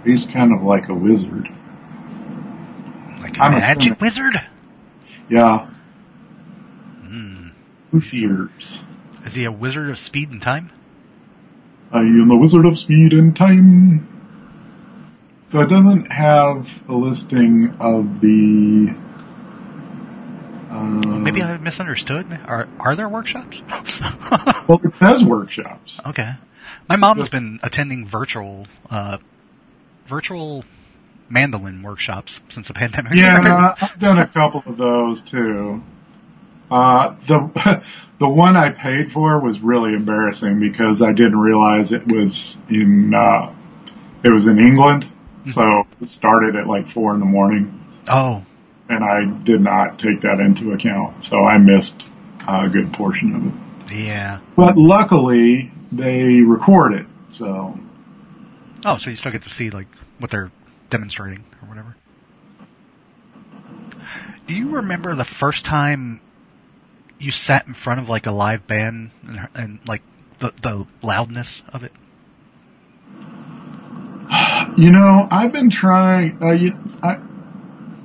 S1: He's kind of like a wizard.
S2: Like a
S1: I'm a
S2: magic
S1: cynic.
S2: wizard.
S1: Yeah,
S2: Hmm.
S1: with ears.
S2: Is he a wizard of speed and time?
S1: I am the wizard of speed and time. So it doesn't have a listing of the. Uh,
S2: Maybe I misunderstood. Are are there workshops?
S1: Well, it says workshops.
S2: Okay. My mom has been attending virtual, uh, virtual mandolin workshops since the pandemic.
S1: Yeah, uh,
S2: started.
S1: I've done a couple of those too. Uh, the the one I paid for was really embarrassing because I didn't realize it was in uh, it was in England.
S2: Mm-hmm.
S1: So it started at like four in the morning,
S2: Oh,
S1: and I did not take that into account. So I missed uh, a good portion of it.
S2: yeah.
S1: But luckily, they record it. So
S2: Oh, so you still get to see like what they're demonstrating or whatever. Do you remember the first time you sat in front of like a live band and, and like the the loudness of it?
S1: You know, I've been trying. Uh, you, I,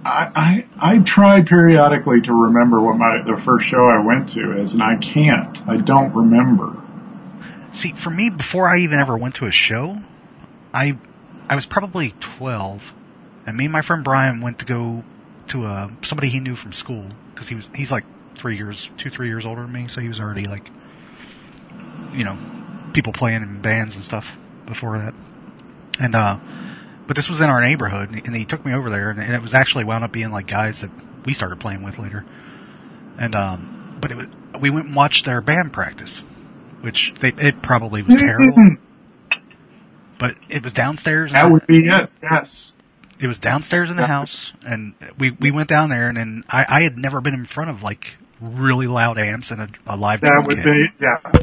S1: I, I, I try periodically to remember what my the first show I went to is, and I can't. I don't remember.
S2: See, for me, before I even ever went to a show, I I was probably twelve, and me and my friend Brian went to go to a somebody he knew from school because he was he's like three years two three years older than me, so he was already like, you know, people playing in bands and stuff before that, and uh, but this was in our neighborhood, and he took me over there, and, and it was actually wound up being like guys that we started playing with later, and um, but it was, we went and watched their band practice which they it probably was terrible, but it was downstairs.
S1: that
S2: and
S1: would be it. Yes.
S2: it was downstairs in the house, and we we went down there, and then I I had never been in front of like really loud amps and a, a live
S1: That
S2: drum
S1: would
S2: kit.
S1: be yeah.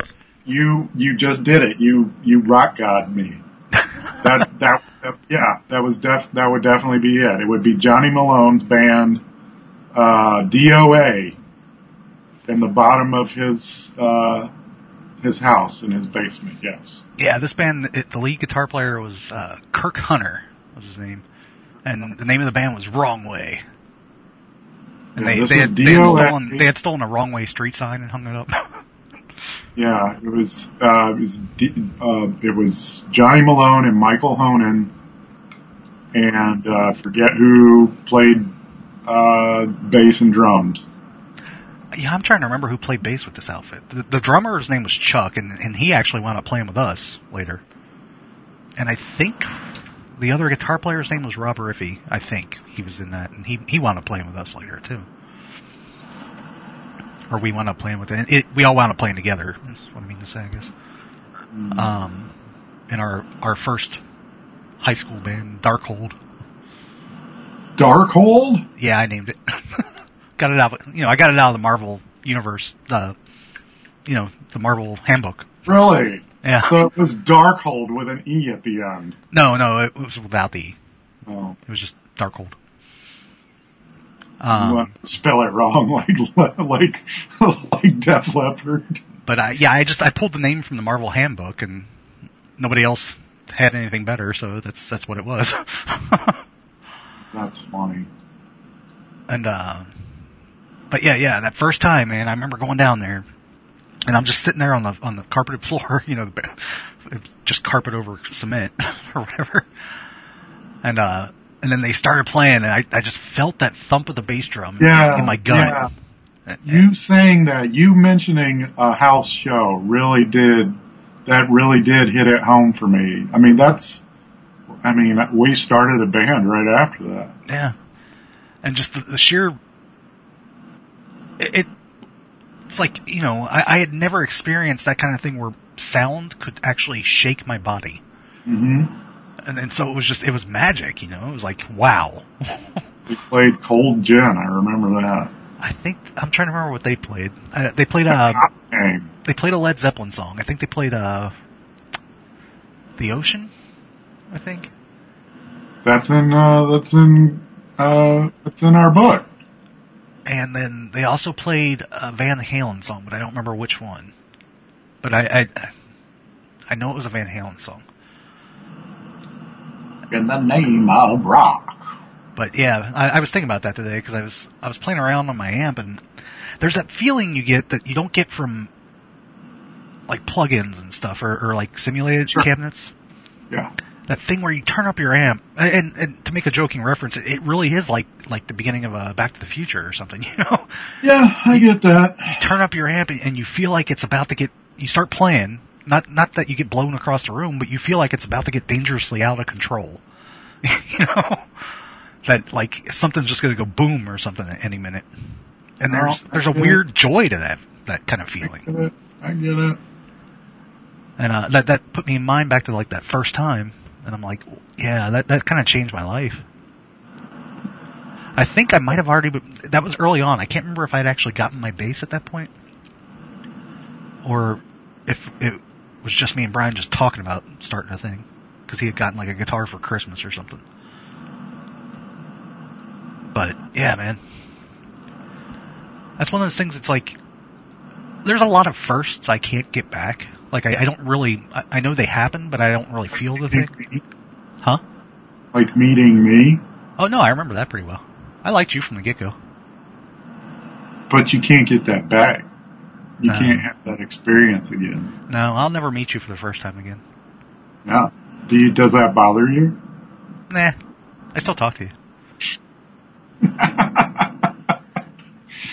S1: You you just did it. You you rock god me. That that yeah. That was def that would definitely be it. It would be Johnny Malone's band, uh, DOA, in the bottom of his uh, his house in his basement. Yes.
S2: Yeah, this band, it, the lead guitar player was uh, Kirk Hunter, was his name, and the name of the band was Wrong Way. And
S1: Yeah,
S2: they
S1: this
S2: they
S1: was
S2: had, they had
S1: DOA.
S2: stolen they had stolen a Wrong Way street sign and hung it up.
S1: Yeah, it was uh, it was D- uh, it was Johnny Malone and Michael Honan, and uh, forget who played uh, bass and drums.
S2: yeah, I'm trying to remember who played bass with this outfit. The, the drummer's name was Chuck, and and he actually wound up playing with us later. And I think the other guitar player's name was Rob Riffey. I think he was in that, and he he wound up playing with us later too. Or we wound up playing with it. it we all wound up playing together. That's what I mean to say, I guess. um, in our, our first high school band, Darkhold.
S1: Darkhold.
S2: Yeah, I named it. got it out. You know, I got it out of the Marvel universe. The you know the Marvel handbook.
S1: Really?
S2: Yeah.
S1: So it was Darkhold with an E at the end.
S2: No, no, it was without the. E.
S1: Oh,
S2: It was just Darkhold.
S1: you
S2: Um,
S1: want to spell it wrong, like like like Def Leppard.
S2: but I, yeah, I just I pulled the name from the Marvel handbook, and nobody else had anything better, so that's that's what it was.
S1: That's funny.
S2: And uh, but yeah, yeah, that first time, man, I remember going down there, and I'm just sitting there on the on the carpeted floor, you know, the, ba- just carpet over cement or whatever. And uh, and then they started playing, and I, I just felt that thump of the bass drum
S1: Yeah,
S2: in my gut.
S1: yeah. You saying that, you mentioning a house show really did, that really did hit it home for me. I mean, that's, I mean, we started a band right after that.
S2: Yeah. And just the, the sheer. It, it- It's like, you know, I, I had never experienced that kind of thing where sound could actually shake my body.
S1: hmm
S2: Mm-hmm. And, and so it was just, it was magic, you know? It was like, wow.
S1: We played Cold Gin, I remember that.
S2: I think, I'm trying to remember what they played. Uh, they played, uh,
S1: Hot game.
S2: they played a Led Zeppelin song. I think they played, uh, The Ocean? I think.
S1: That's in, uh, that's in, uh, that's in our book.
S2: and then they also played a Van Halen song, but I don't remember which one. But I, I, I know it was a Van Halen song.
S1: In the name of rock.
S2: But yeah, I, I was thinking about that today because I was I was playing around on my amp, and there's that feeling you get that you don't get from like plugins and stuff or, or like simulated
S1: Sure.
S2: cabinets.
S1: Yeah.
S2: That thing where you turn up your amp, and, and to make a joking reference, it, it really is like like the beginning of a Back to the Future or something, you know.
S1: Yeah, I get that.
S2: turn up your amp and, and you feel like it's about to get you start playing not not that you get blown across the room but you feel like it's about to get dangerously out of control you know that like something's just going to go boom or something at any minute and
S1: Well,
S2: there's there's a
S1: okay.
S2: weird joy to that that kind of
S1: I
S2: feeling
S1: get it. I get it.
S2: and uh, that that put me in mind back to like that first time and I'm like yeah that that kind of changed my life I think I might have already been, that was early on. I can't remember if I'd actually gotten my bass at that point or if it was just me and Brian just talking about starting a thing because he had gotten like a guitar for Christmas or something. But yeah, man, that's one of those things. It's like there's a lot of firsts I can't get back. Like I, I don't really, I, I know they happen, but I don't really feel the thing, huh?
S1: Like meeting me,
S2: Oh no, I remember that pretty well. I liked you from the get go.
S1: but you can't get that back. You
S2: No.
S1: can't have that experience again.
S2: No, I'll never meet you for the first time again.
S1: Yeah. Do you, does that bother you?
S2: Nah, I still talk to you.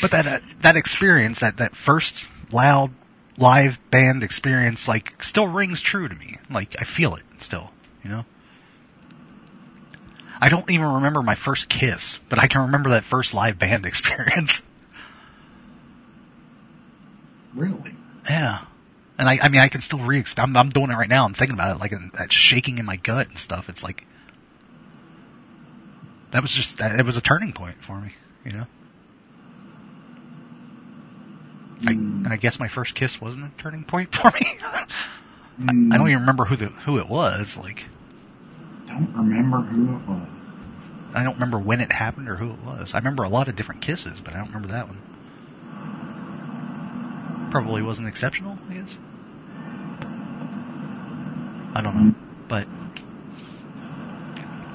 S2: but that uh, that experience, that that first loud live band experience, like still rings true to me. Like I feel it still, you know. I don't even remember my first kiss, but I can remember that first live band experience.
S1: Really?
S2: Yeah. And I, I mean, I can still re I'm, I'm doing it right now. I'm thinking about it, like and that shaking in my gut and stuff. It's like that was just that it was a turning point for me, you know. I, I guess my first kiss wasn't a turning point for me. I don't even remember who the who it was. Like
S1: don't remember who it was.
S2: I don't remember when it happened or who it was. I remember a lot of different kisses, but I don't remember that one. Probably wasn't exceptional, I guess. I don't know, but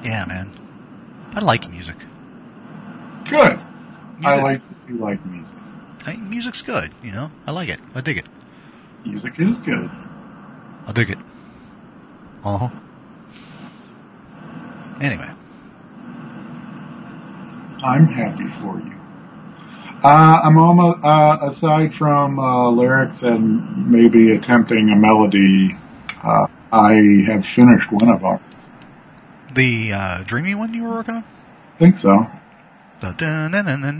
S2: yeah, man, I like music.
S1: Good. I
S2: Music-
S1: like you like music.
S2: I, music's good, you know. I like it. I dig it.
S1: Music is good.
S2: I dig it. Uh huh. Anyway,
S1: I'm happy for you. Uh, I'm almost uh, aside from uh, lyrics and maybe attempting a melody. Uh, I have finished one of them.
S2: the uh, dreamy one you were working on.
S1: I think so.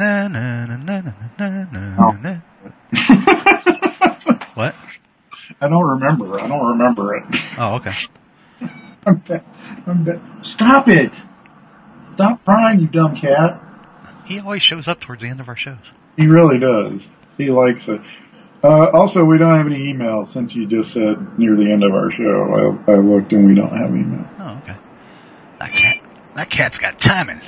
S2: The da-na-na-na-na-na-na-na-na-na-na-na.
S1: I
S2: What?
S1: don't remember. I don't remember it.
S2: Oh, okay.
S1: I'm ba- I'm ba- Stop it! Stop crying, you dumb cat.
S2: He always shows up towards the end of our shows.
S1: He really does. He likes it. Uh, also, we don't have any emails since you just said near the end of our show. I, I looked and we don't have email.
S2: Oh, okay. That cat, that cat's got timing.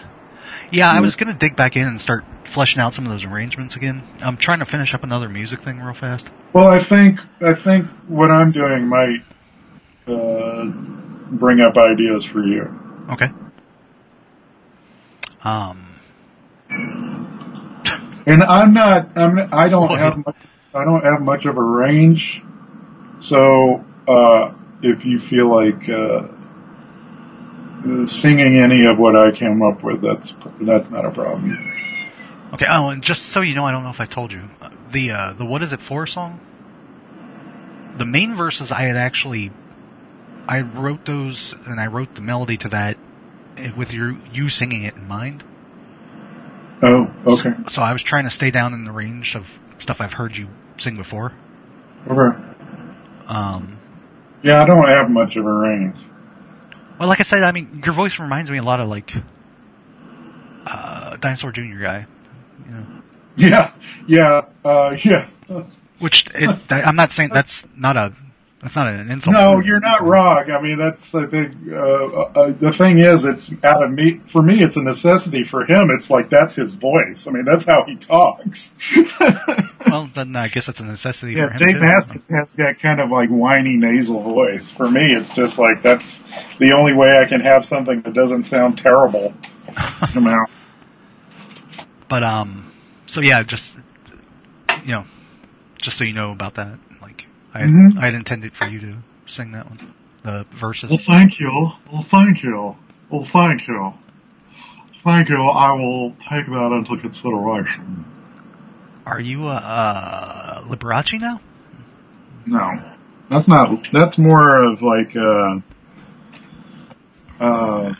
S2: Yeah, I was gonna dig back in and start fleshing out some of those arrangements again. I'm trying to finish up another music thing real fast.
S1: Well, I think I think what I'm doing might uh, bring up ideas for you.
S2: Okay. Um.
S1: And I'm not. I'm. I don't have. Much, I don't have much of a range. So uh, if you feel like uh, singing any of what I came up with, that's that's not a problem.
S2: Okay. Oh, and just so you know, I don't know if I told you uh, the uh, the what is it for song. The main verses I had actually, I wrote those and I wrote the melody to that eh, with your you singing it in mind.
S1: Oh, okay.
S2: So I was trying to stay down in the range of stuff I've heard you sing before.
S1: Okay.
S2: Um,
S1: Yeah, I don't have much of a range.
S2: well, like I said, I mean, your voice reminds me a lot of like uh, Dinosaur Jr. guy, you know.
S1: Yeah, yeah, uh, yeah.
S2: Which it, that, I'm not saying that's not a that's not an insult.
S1: No, you're not wrong. I mean, that's I think uh, uh, the thing is, it's out of me. For me, it's a necessity. For him, it's like that's his voice. I mean, that's how he talks.
S2: Well, then I guess it's a necessity for
S1: yeah,
S2: him
S1: Dave
S2: too.
S1: Haskins has that kind of like whiny nasal voice. For me, it's just like that's the only way I can have something that doesn't sound terrible come out.
S2: But um, so yeah, just you know, just so you know about that. Like I
S1: Mhm.
S2: I had intended for you to sing that one, the verses.
S1: Well, thank you. Well, thank you. Well, thank you. Thank you. I will take that into consideration.
S2: Are you uh, uh Liberace now?
S1: No, that's not. That's more of like uh, uh,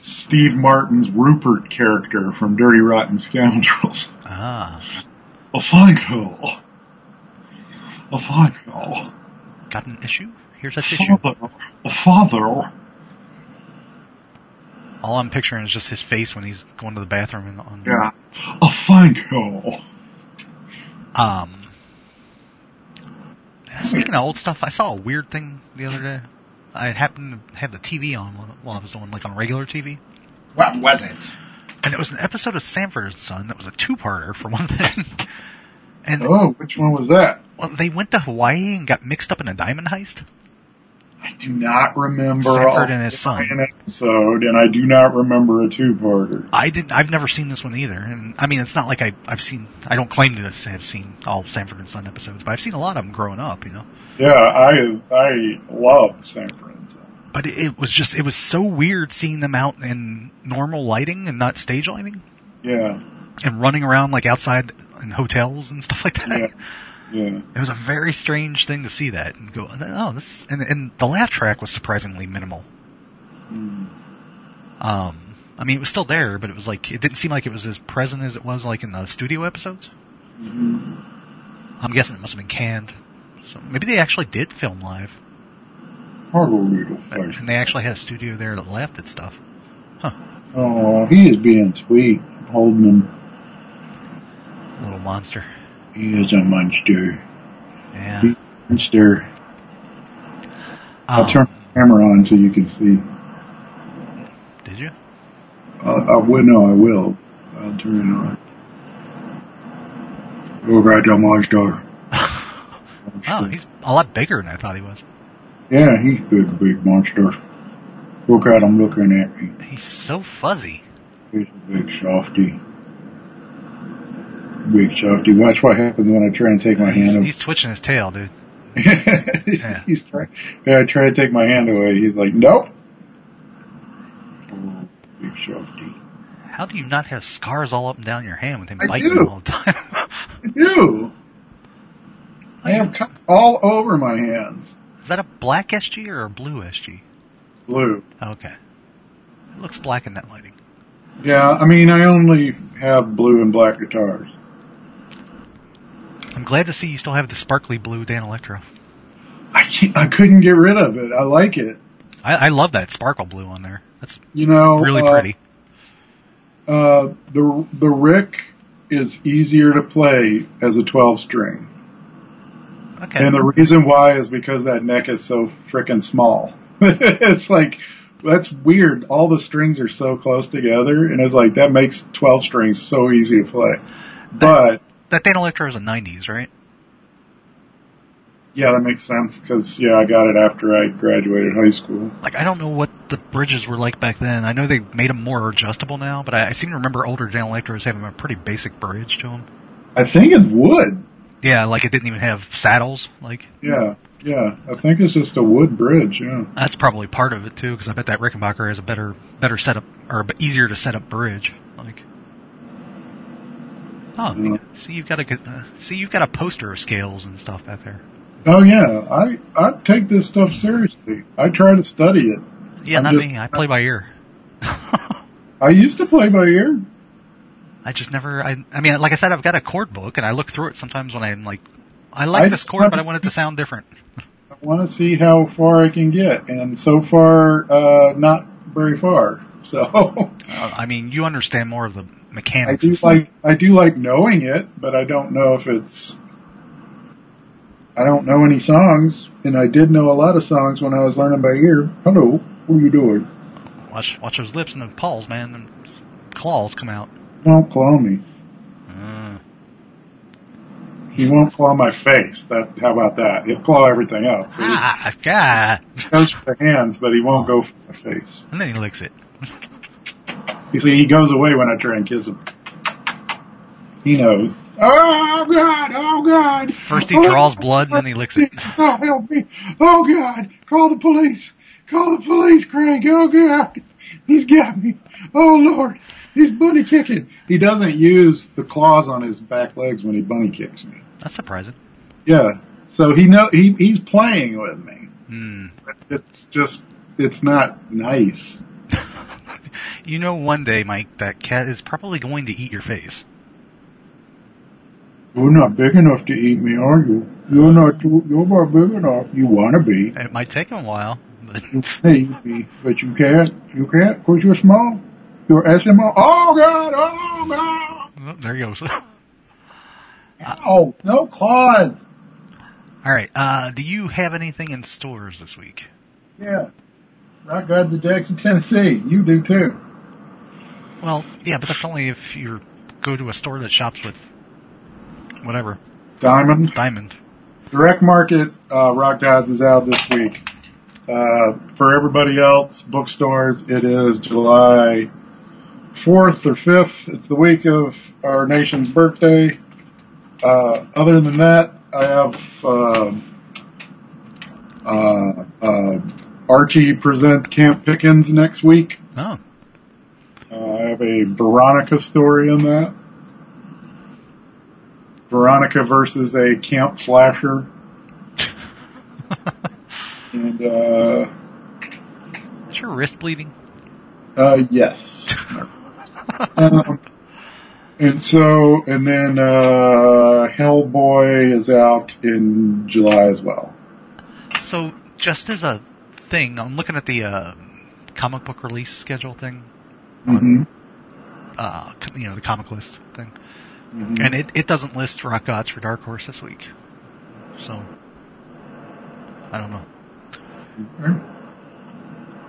S1: Steve Martin's Rupert character from Dirty Rotten Scoundrels.
S2: Ah,
S1: Well, thank you. Well, thank you.
S2: got an issue? Here's that issue.
S1: Father, father.
S2: All I'm picturing is just his face when he's going to the bathroom and on.
S1: Yeah. Oh, thank you.
S2: Um. Speaking of old stuff, I saw a weird thing the other day. I happened to have the TV on while I was doing like on regular TV.
S1: What was it?
S2: and it was an episode of Sanford and Son that was a two-parter for one thing. And
S1: Oh, which one was that?
S2: well, they went to Hawaii and got mixed up in a diamond heist.
S1: I do not remember
S2: Sanford
S1: a
S2: and his son.
S1: Hawaiian episode, and I do not remember a two-parter.
S2: I didn't. I've never seen this one either. And I mean, it's not like I, I've seen. I don't claim to have seen all Sanford and Son episodes, but I've seen a lot of them growing up. You know.
S1: Yeah, I I love San Francisco.
S2: But it, it was just. It was so weird seeing them out in normal lighting and not stage lighting,
S1: Yeah,
S2: and running around like outside in hotels and stuff like that.
S1: yeah, yeah.
S2: It was a very strange thing to see that and go. Oh, this. Is, and and the laugh track was surprisingly minimal.
S1: Mm.
S2: Um, I mean, it was still there, but it was like it didn't seem like it was as present as it was like in the studio episodes.
S1: Mhm.
S2: I'm guessing it must have been canned. So maybe they actually did film live, uh,
S1: Horrible little
S2: and
S1: fish.
S2: they actually had a studio there that laughed at stuff.
S1: Oh, he is being sweet, holding him.
S2: Little monster.
S1: He is a monster.
S2: Yeah.
S1: Monster. I'll
S2: Um,
S1: turn the camera on so you can see.
S2: Did you?
S1: I'll, I will. No, I will. I'll turn it on. Look at the monster.
S2: Oh, he's a lot bigger than I thought he was.
S1: Yeah, he's a big, big monster. Look at him looking at me.
S2: He's so fuzzy.
S1: He's a big softy. Big softy. Watch what happens when I try and take my
S2: He's,
S1: hand
S2: he's twitching his tail, dude.
S1: away. he's trying. Yeah, I try to take my hand away. He's like, nope. Oh, big softy.
S2: How do you not have scars all up and down your hand with him
S1: I
S2: biting
S1: do.
S2: all the time?
S1: Ew. I have cuts all over my hands.
S2: Is that a black SG or a blue SG?
S1: It's blue.
S2: Okay. It looks black in that lighting.
S1: Yeah, I mean, I only have blue and black guitars.
S2: I'm glad to see you still have the sparkly blue Dan Electro.
S1: I can't, I couldn't get rid of it. I like it.
S2: I, I love that sparkle blue on there. That's
S1: You know,
S2: really
S1: uh,
S2: pretty.
S1: Uh, the the Rick is easier to play as a 12 string.
S2: Okay.
S1: And the reason why is because that neck is so frickin' small. it's like, that's weird. All the strings are so close together, and it's like, that makes 12 strings so easy to play. But,
S2: that Dan Electro is a 90s, right?
S1: yeah, that makes sense, because, yeah, I got it after I graduated high school.
S2: Like, I don't know what the bridges were like back then. I know they made them more adjustable now, but I, I seem to remember older Dan Electros having a pretty basic bridge to them.
S1: I think it's wood.
S2: Yeah, like it didn't even have saddles. Like,
S1: Yeah, yeah. I think it's just a wood bridge, yeah.
S2: that's probably part of it too, because I bet that Rickenbacker has a better, better setup, or a b- easier to set up bridge. Like, oh,
S1: Yeah.
S2: see, you've got a, good- uh, see, you've got a poster of scales and stuff back there.
S1: Oh, yeah, I, I take this stuff seriously. I try to study it.
S2: Yeah,
S1: I'm
S2: not
S1: just-
S2: me. I play by ear.
S1: I used to play by ear.
S2: I just never. I, I mean, like I said, I've got a chord book, and I look through it sometimes when I'm like, I like
S1: I
S2: this
S1: just
S2: chord, but I
S1: wanna
S2: want it to sound different.
S1: I want to see how far I can get, and so far, uh, not very far. So
S2: Uh, I mean, you understand more of the
S1: I
S2: mechanics.
S1: do
S2: and stuff.
S1: like I do like knowing it, but I don't know if it's. I don't know any songs, and I did know a lot of songs when I was learning by ear. Hello, what are you doing?
S2: watch, watch those lips and the paws, man. Them claws come out.
S1: Don't claw me.
S2: Uh,
S1: He won't claw my face. That how about that? He'll claw everything else. So he
S2: ah, God.
S1: goes for the hands, but he won't go for my face.
S2: And then he licks it.
S1: You see, he goes away when I try and kiss him. He knows. Oh God! Oh God!
S2: First he draws blood, and then he licks it.
S1: Oh help me! Oh God! Call the police! Call the police, Craig! Oh God! He's got me! Oh Lord! He's bunny kicking. He doesn't use the claws on his back legs when he bunny kicks me.
S2: That's surprising.
S1: Yeah. So he know he he's playing with me.
S2: Hmm.
S1: It's just it's not nice.
S2: You know, one day, Mike, that cat is probably going to eat your face.
S1: You're not big enough to eat me, are you? You're not. Too, you're not big enough. You want to be.
S2: It might take him a while, but
S1: You want to be, but you can't. You can't because you're small. You're SMO. Oh God! Oh God!
S2: Oh, there he goes.
S1: Oh, no claws.
S2: All right. Uh, do you have anything in stores this week?
S1: Yeah. Rock Gods of Jackson, Tennessee. You do too.
S2: Well, yeah, but that's only if you go to a store that shops with whatever
S1: Diamond
S2: diamond.
S1: Direct Market uh, Rock Gods is out this week. Uh, for everybody else, bookstores, it is July 4th or 5th. It's the week of our nation's birthday. Uh, other than that, I have um uh, uh, Archie presents Camp Pickens next week.
S2: Oh,
S1: Uh, I have a Veronica story in that. Veronica versus a camp slasher. and, uh,
S2: is your wrist bleeding?
S1: uh, yes. um, and so, and then, uh, Hellboy is out in July as well.
S2: So, just as a thing, I'm looking at the uh, comic book release schedule thing.
S1: Mm-hmm.
S2: Uh, co- you know, the comic list thing.
S1: Mhm.
S2: And it, it doesn't list Rock Gods for Dark Horse this week. So, I don't know.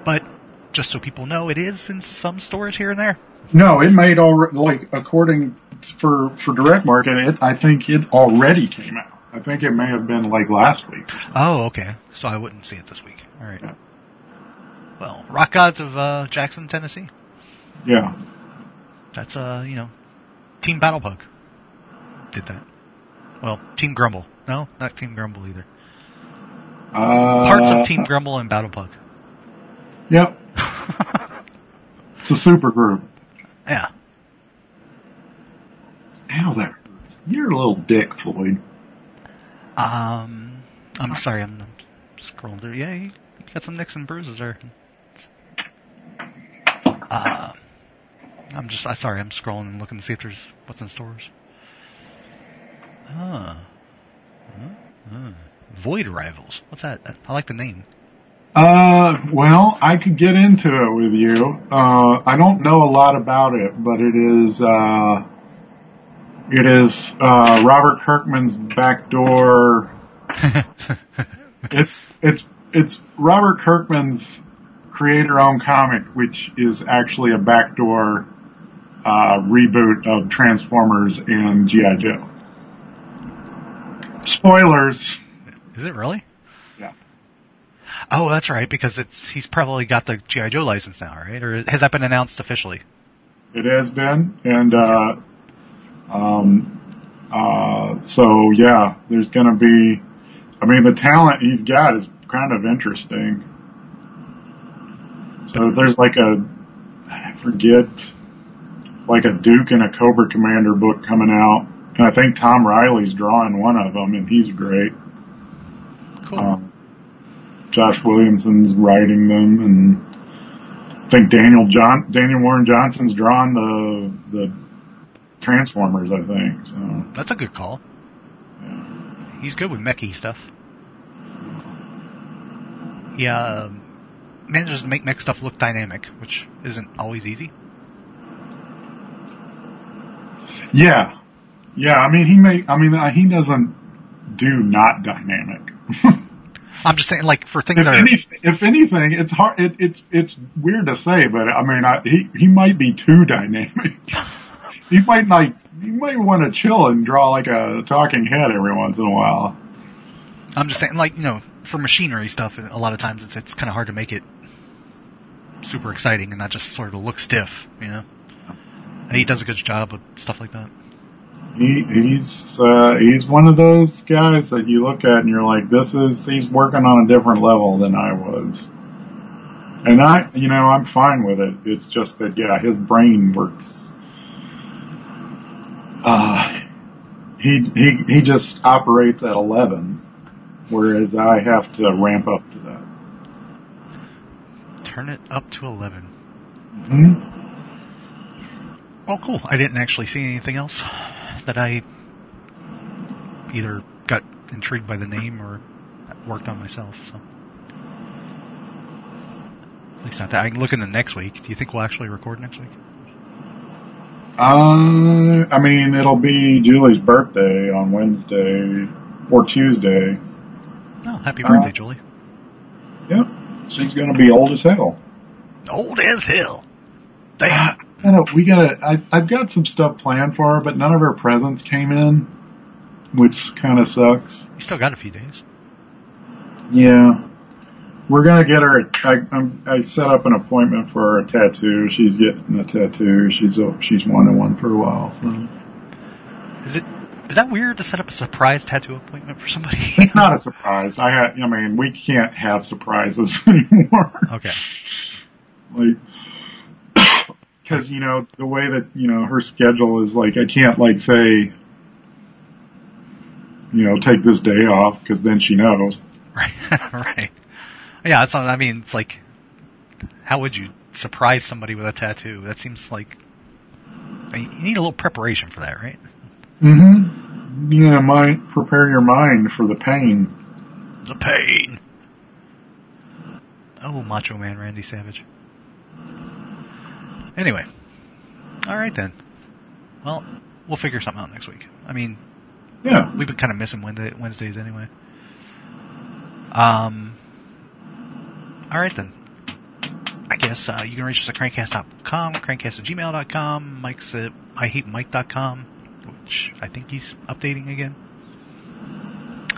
S2: But just so people know, it is in some stores here and there.
S1: No, it made already like according for for direct market. It I think it already came out. I think it may have been like last week.
S2: Oh, okay. So I wouldn't see it this week. All right. Well, Rock Gods of uh, Jackson, Tennessee.
S1: Yeah,
S2: That's uh, you know, Team Battle Pug did that. Well, Team Grumble. No, not Team Grumble either.
S1: uh,
S2: Parts of Team Grumble and Battle Pug.
S1: Yep, it's a super group.
S2: yeah.
S1: Ow, that hurts. You're a little dick, Floyd.
S2: Um, I'm sorry. I'm, I'm scrolling through. Yeah, you you got some nicks and bruises there. Uh, I'm just. I sorry. I'm scrolling and looking to see if there's what's in stores. Huh. Huh? Huh. Void Rivals. What's that? I- I like the name.
S1: Uh, well, I could get into it with you. Uh, I don't know a lot about it, but it is, uh, it is, uh, Robert Kirkman's backdoor. It's, it's, it's Robert Kirkman's creator-owned comic, which is actually a backdoor, uh, reboot of Transformers and G.I. Joe. Spoilers.
S2: Is it really?
S1: Yeah.
S2: Oh, that's right. Because it's he's probably got the GI Joe license now, right? Or has that been announced officially?
S1: It has been, and uh, um, uh, so yeah, there's going to be. I mean, the talent he's got is kind of interesting. So there's like a, I forget, like a Duke and a Cobra Commander book coming out, and I think Tom Riley's drawing one of them, and he's great.
S2: Cool.
S1: Um, Josh Williamson's writing them, and I think Daniel John Daniel Warren Johnson's drawn the the Transformers. I think so.
S2: That's a good call. He's good with mechy stuff. He uh, manages to make mech stuff look dynamic, which isn't always easy.
S1: Yeah, yeah. I mean, he may. I mean, uh, he doesn't do not dynamic.
S2: I'm just saying, like for things
S1: if,
S2: that are
S1: any, if anything, it's hard. It, it's it's weird to say, but I mean, I, he he might be too dynamic. he might like. He might want to chill and draw like a talking head every once in a while.
S2: I'm just saying, like, you know, for machinery stuff, a lot of times it's, it's kind of hard to make it super exciting and not just sort of look stiff, you know? And he does a good job with stuff like that.
S1: He he's uh, he's one of those guys that you look at and you're like, this is he's working on a different level than I was. And I, you know, I'm fine with it. It's just that yeah, his brain works. Uh, he he he just operates at 11, whereas I have to ramp up to that.
S2: Turn it up to 11.
S1: hmm
S2: Oh, cool. I didn't actually see anything else that I either got intrigued by the name or worked on myself, so. At least not that. I can look into next week. Do you think we'll actually record next week?
S1: Uh, I mean, it'll be Julie's birthday on Wednesday or Tuesday.
S2: No. Happy
S1: Uh,
S2: birthday, Julie.
S1: Yep. She's gonna be old as hell.
S2: Old as hell. Damn.
S1: I know, we gotta, I, I've got some stuff planned for her, but none of her presents came in, which kinda sucks.
S2: You still got a few days.
S1: Yeah. We're gonna get her, a- I, I'm, I set up an appointment for a tattoo. She's getting a tattoo. She's, a, she's wanted one for a while, so.
S2: Is it is that weird to set up a surprise tattoo appointment for somebody?
S1: It's not a surprise. I had, I mean, we can't have surprises anymore.
S2: okay.
S1: like because you know the way that you know her schedule is like i can't like say you know take this day off because then she knows
S2: Right. right. Yeah, that's not, I mean, it's like how would you surprise somebody with a tattoo? That seems like I mean, you need a little preparation for that, right?
S1: mm-hmm you know mind prepare your mind for the pain
S2: The pain. Oh, Macho Man Randy Savage. Anyway. All right then. Well, we'll figure something out next week. I mean,
S1: Yeah.
S2: we've been kind of missing Wednesday, Wednesdays anyway. Um. All right then. I guess uh, you can reach us at crankcast.com, crankcast at gmail.com, Mike's at I hate Mike.com, which I think he's updating again.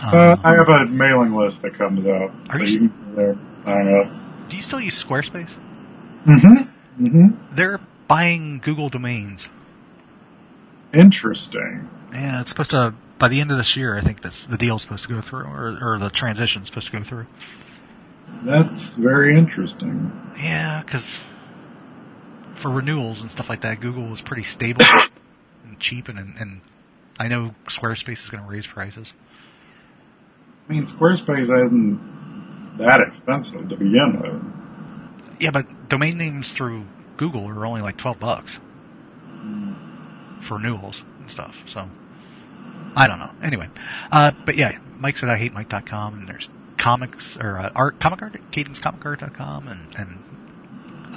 S2: Um,
S1: Uh, I have a mailing list that comes out. so
S2: Are you-
S1: you can go there and sign up.
S2: do you still use Squarespace?
S1: Mm-hmm. Mm-hmm.
S2: They're buying Google domains.
S1: Interesting.
S2: Yeah, it's supposed to by the end of this year. I think that's the deal's supposed to go through, or or the transition's supposed to go through.
S1: That's very interesting.
S2: Yeah, because for renewals and stuff like that, Google was pretty stable and cheap, and and I know Squarespace is going to raise prices.
S1: I mean, Squarespace isn't that expensive to begin with.
S2: Yeah, but domain names through Google are only like twelve bucks for renewals and stuff. So I don't know. Anyway, uh, but yeah, Mike said I hate Mike.com, and there's comics or uh, art, comic art, cadencecomicar.com, and and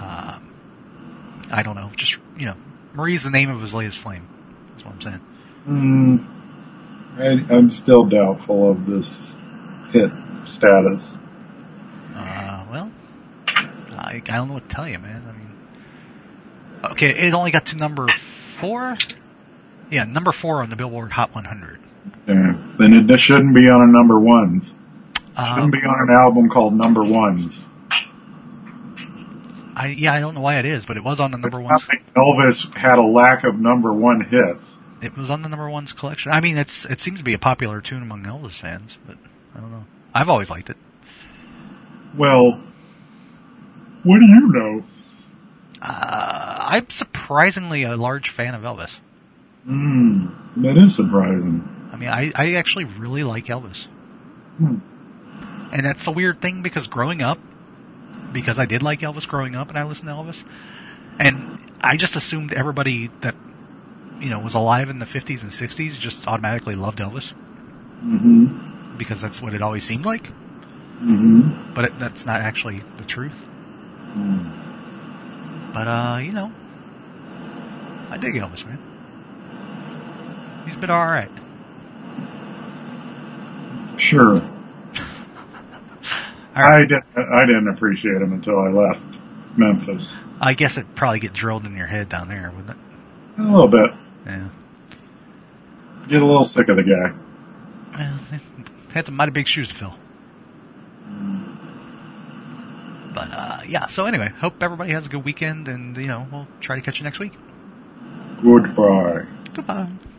S2: um, I don't know. Just you know, Marie's the name of his latest flame. That's what I'm saying.
S1: Hmm. I, I'm still doubtful of this hit status.
S2: Uh, well, I, I don't know what to tell you, man. I mean, okay, it only got to number four. Yeah, number four on the Billboard Hot 100.
S1: Yeah. Uh, Then it shouldn't be on a number ones.
S2: Um,
S1: Shouldn't be on an album called Number Ones.
S2: I yeah, I don't know why it is, but it was on the number
S1: It's
S2: one.
S1: not like Elvis had a lack of number one hits.
S2: It was on the number one's collection. I mean, it's it seems to be a popular tune among Elvis fans, but I don't know. I've always liked it.
S1: Well, what do you know?
S2: Uh, I'm surprisingly a large fan of Elvis.
S1: Hmm. That is surprising.
S2: I mean, I, I actually really like Elvis.
S1: Hmm.
S2: And that's a weird thing because growing up, because I did like Elvis growing up and I listened to Elvis, and I just assumed everybody that, you know, was alive in the 50s and 60s just automatically loved Elvis
S1: Mm-hmm.
S2: because that's what it always seemed like.
S1: Mm-hmm.
S2: But it, that's not actually the truth.
S1: Mm.
S2: But, uh, you know, I dig Elvis, man. He's been alright.
S1: Sure. I
S2: Alright.
S1: didn't. I didn't appreciate him until I left Memphis.
S2: I guess it'd probably get drilled in your head down there, wouldn't it?
S1: A little bit.
S2: Yeah.
S1: Get a little sick of the guy.
S2: Well, had some mighty big shoes to fill. But uh, yeah, so anyway, hope everybody has a good weekend, and you know we'll try to catch you next week.
S1: Goodbye.
S2: Goodbye.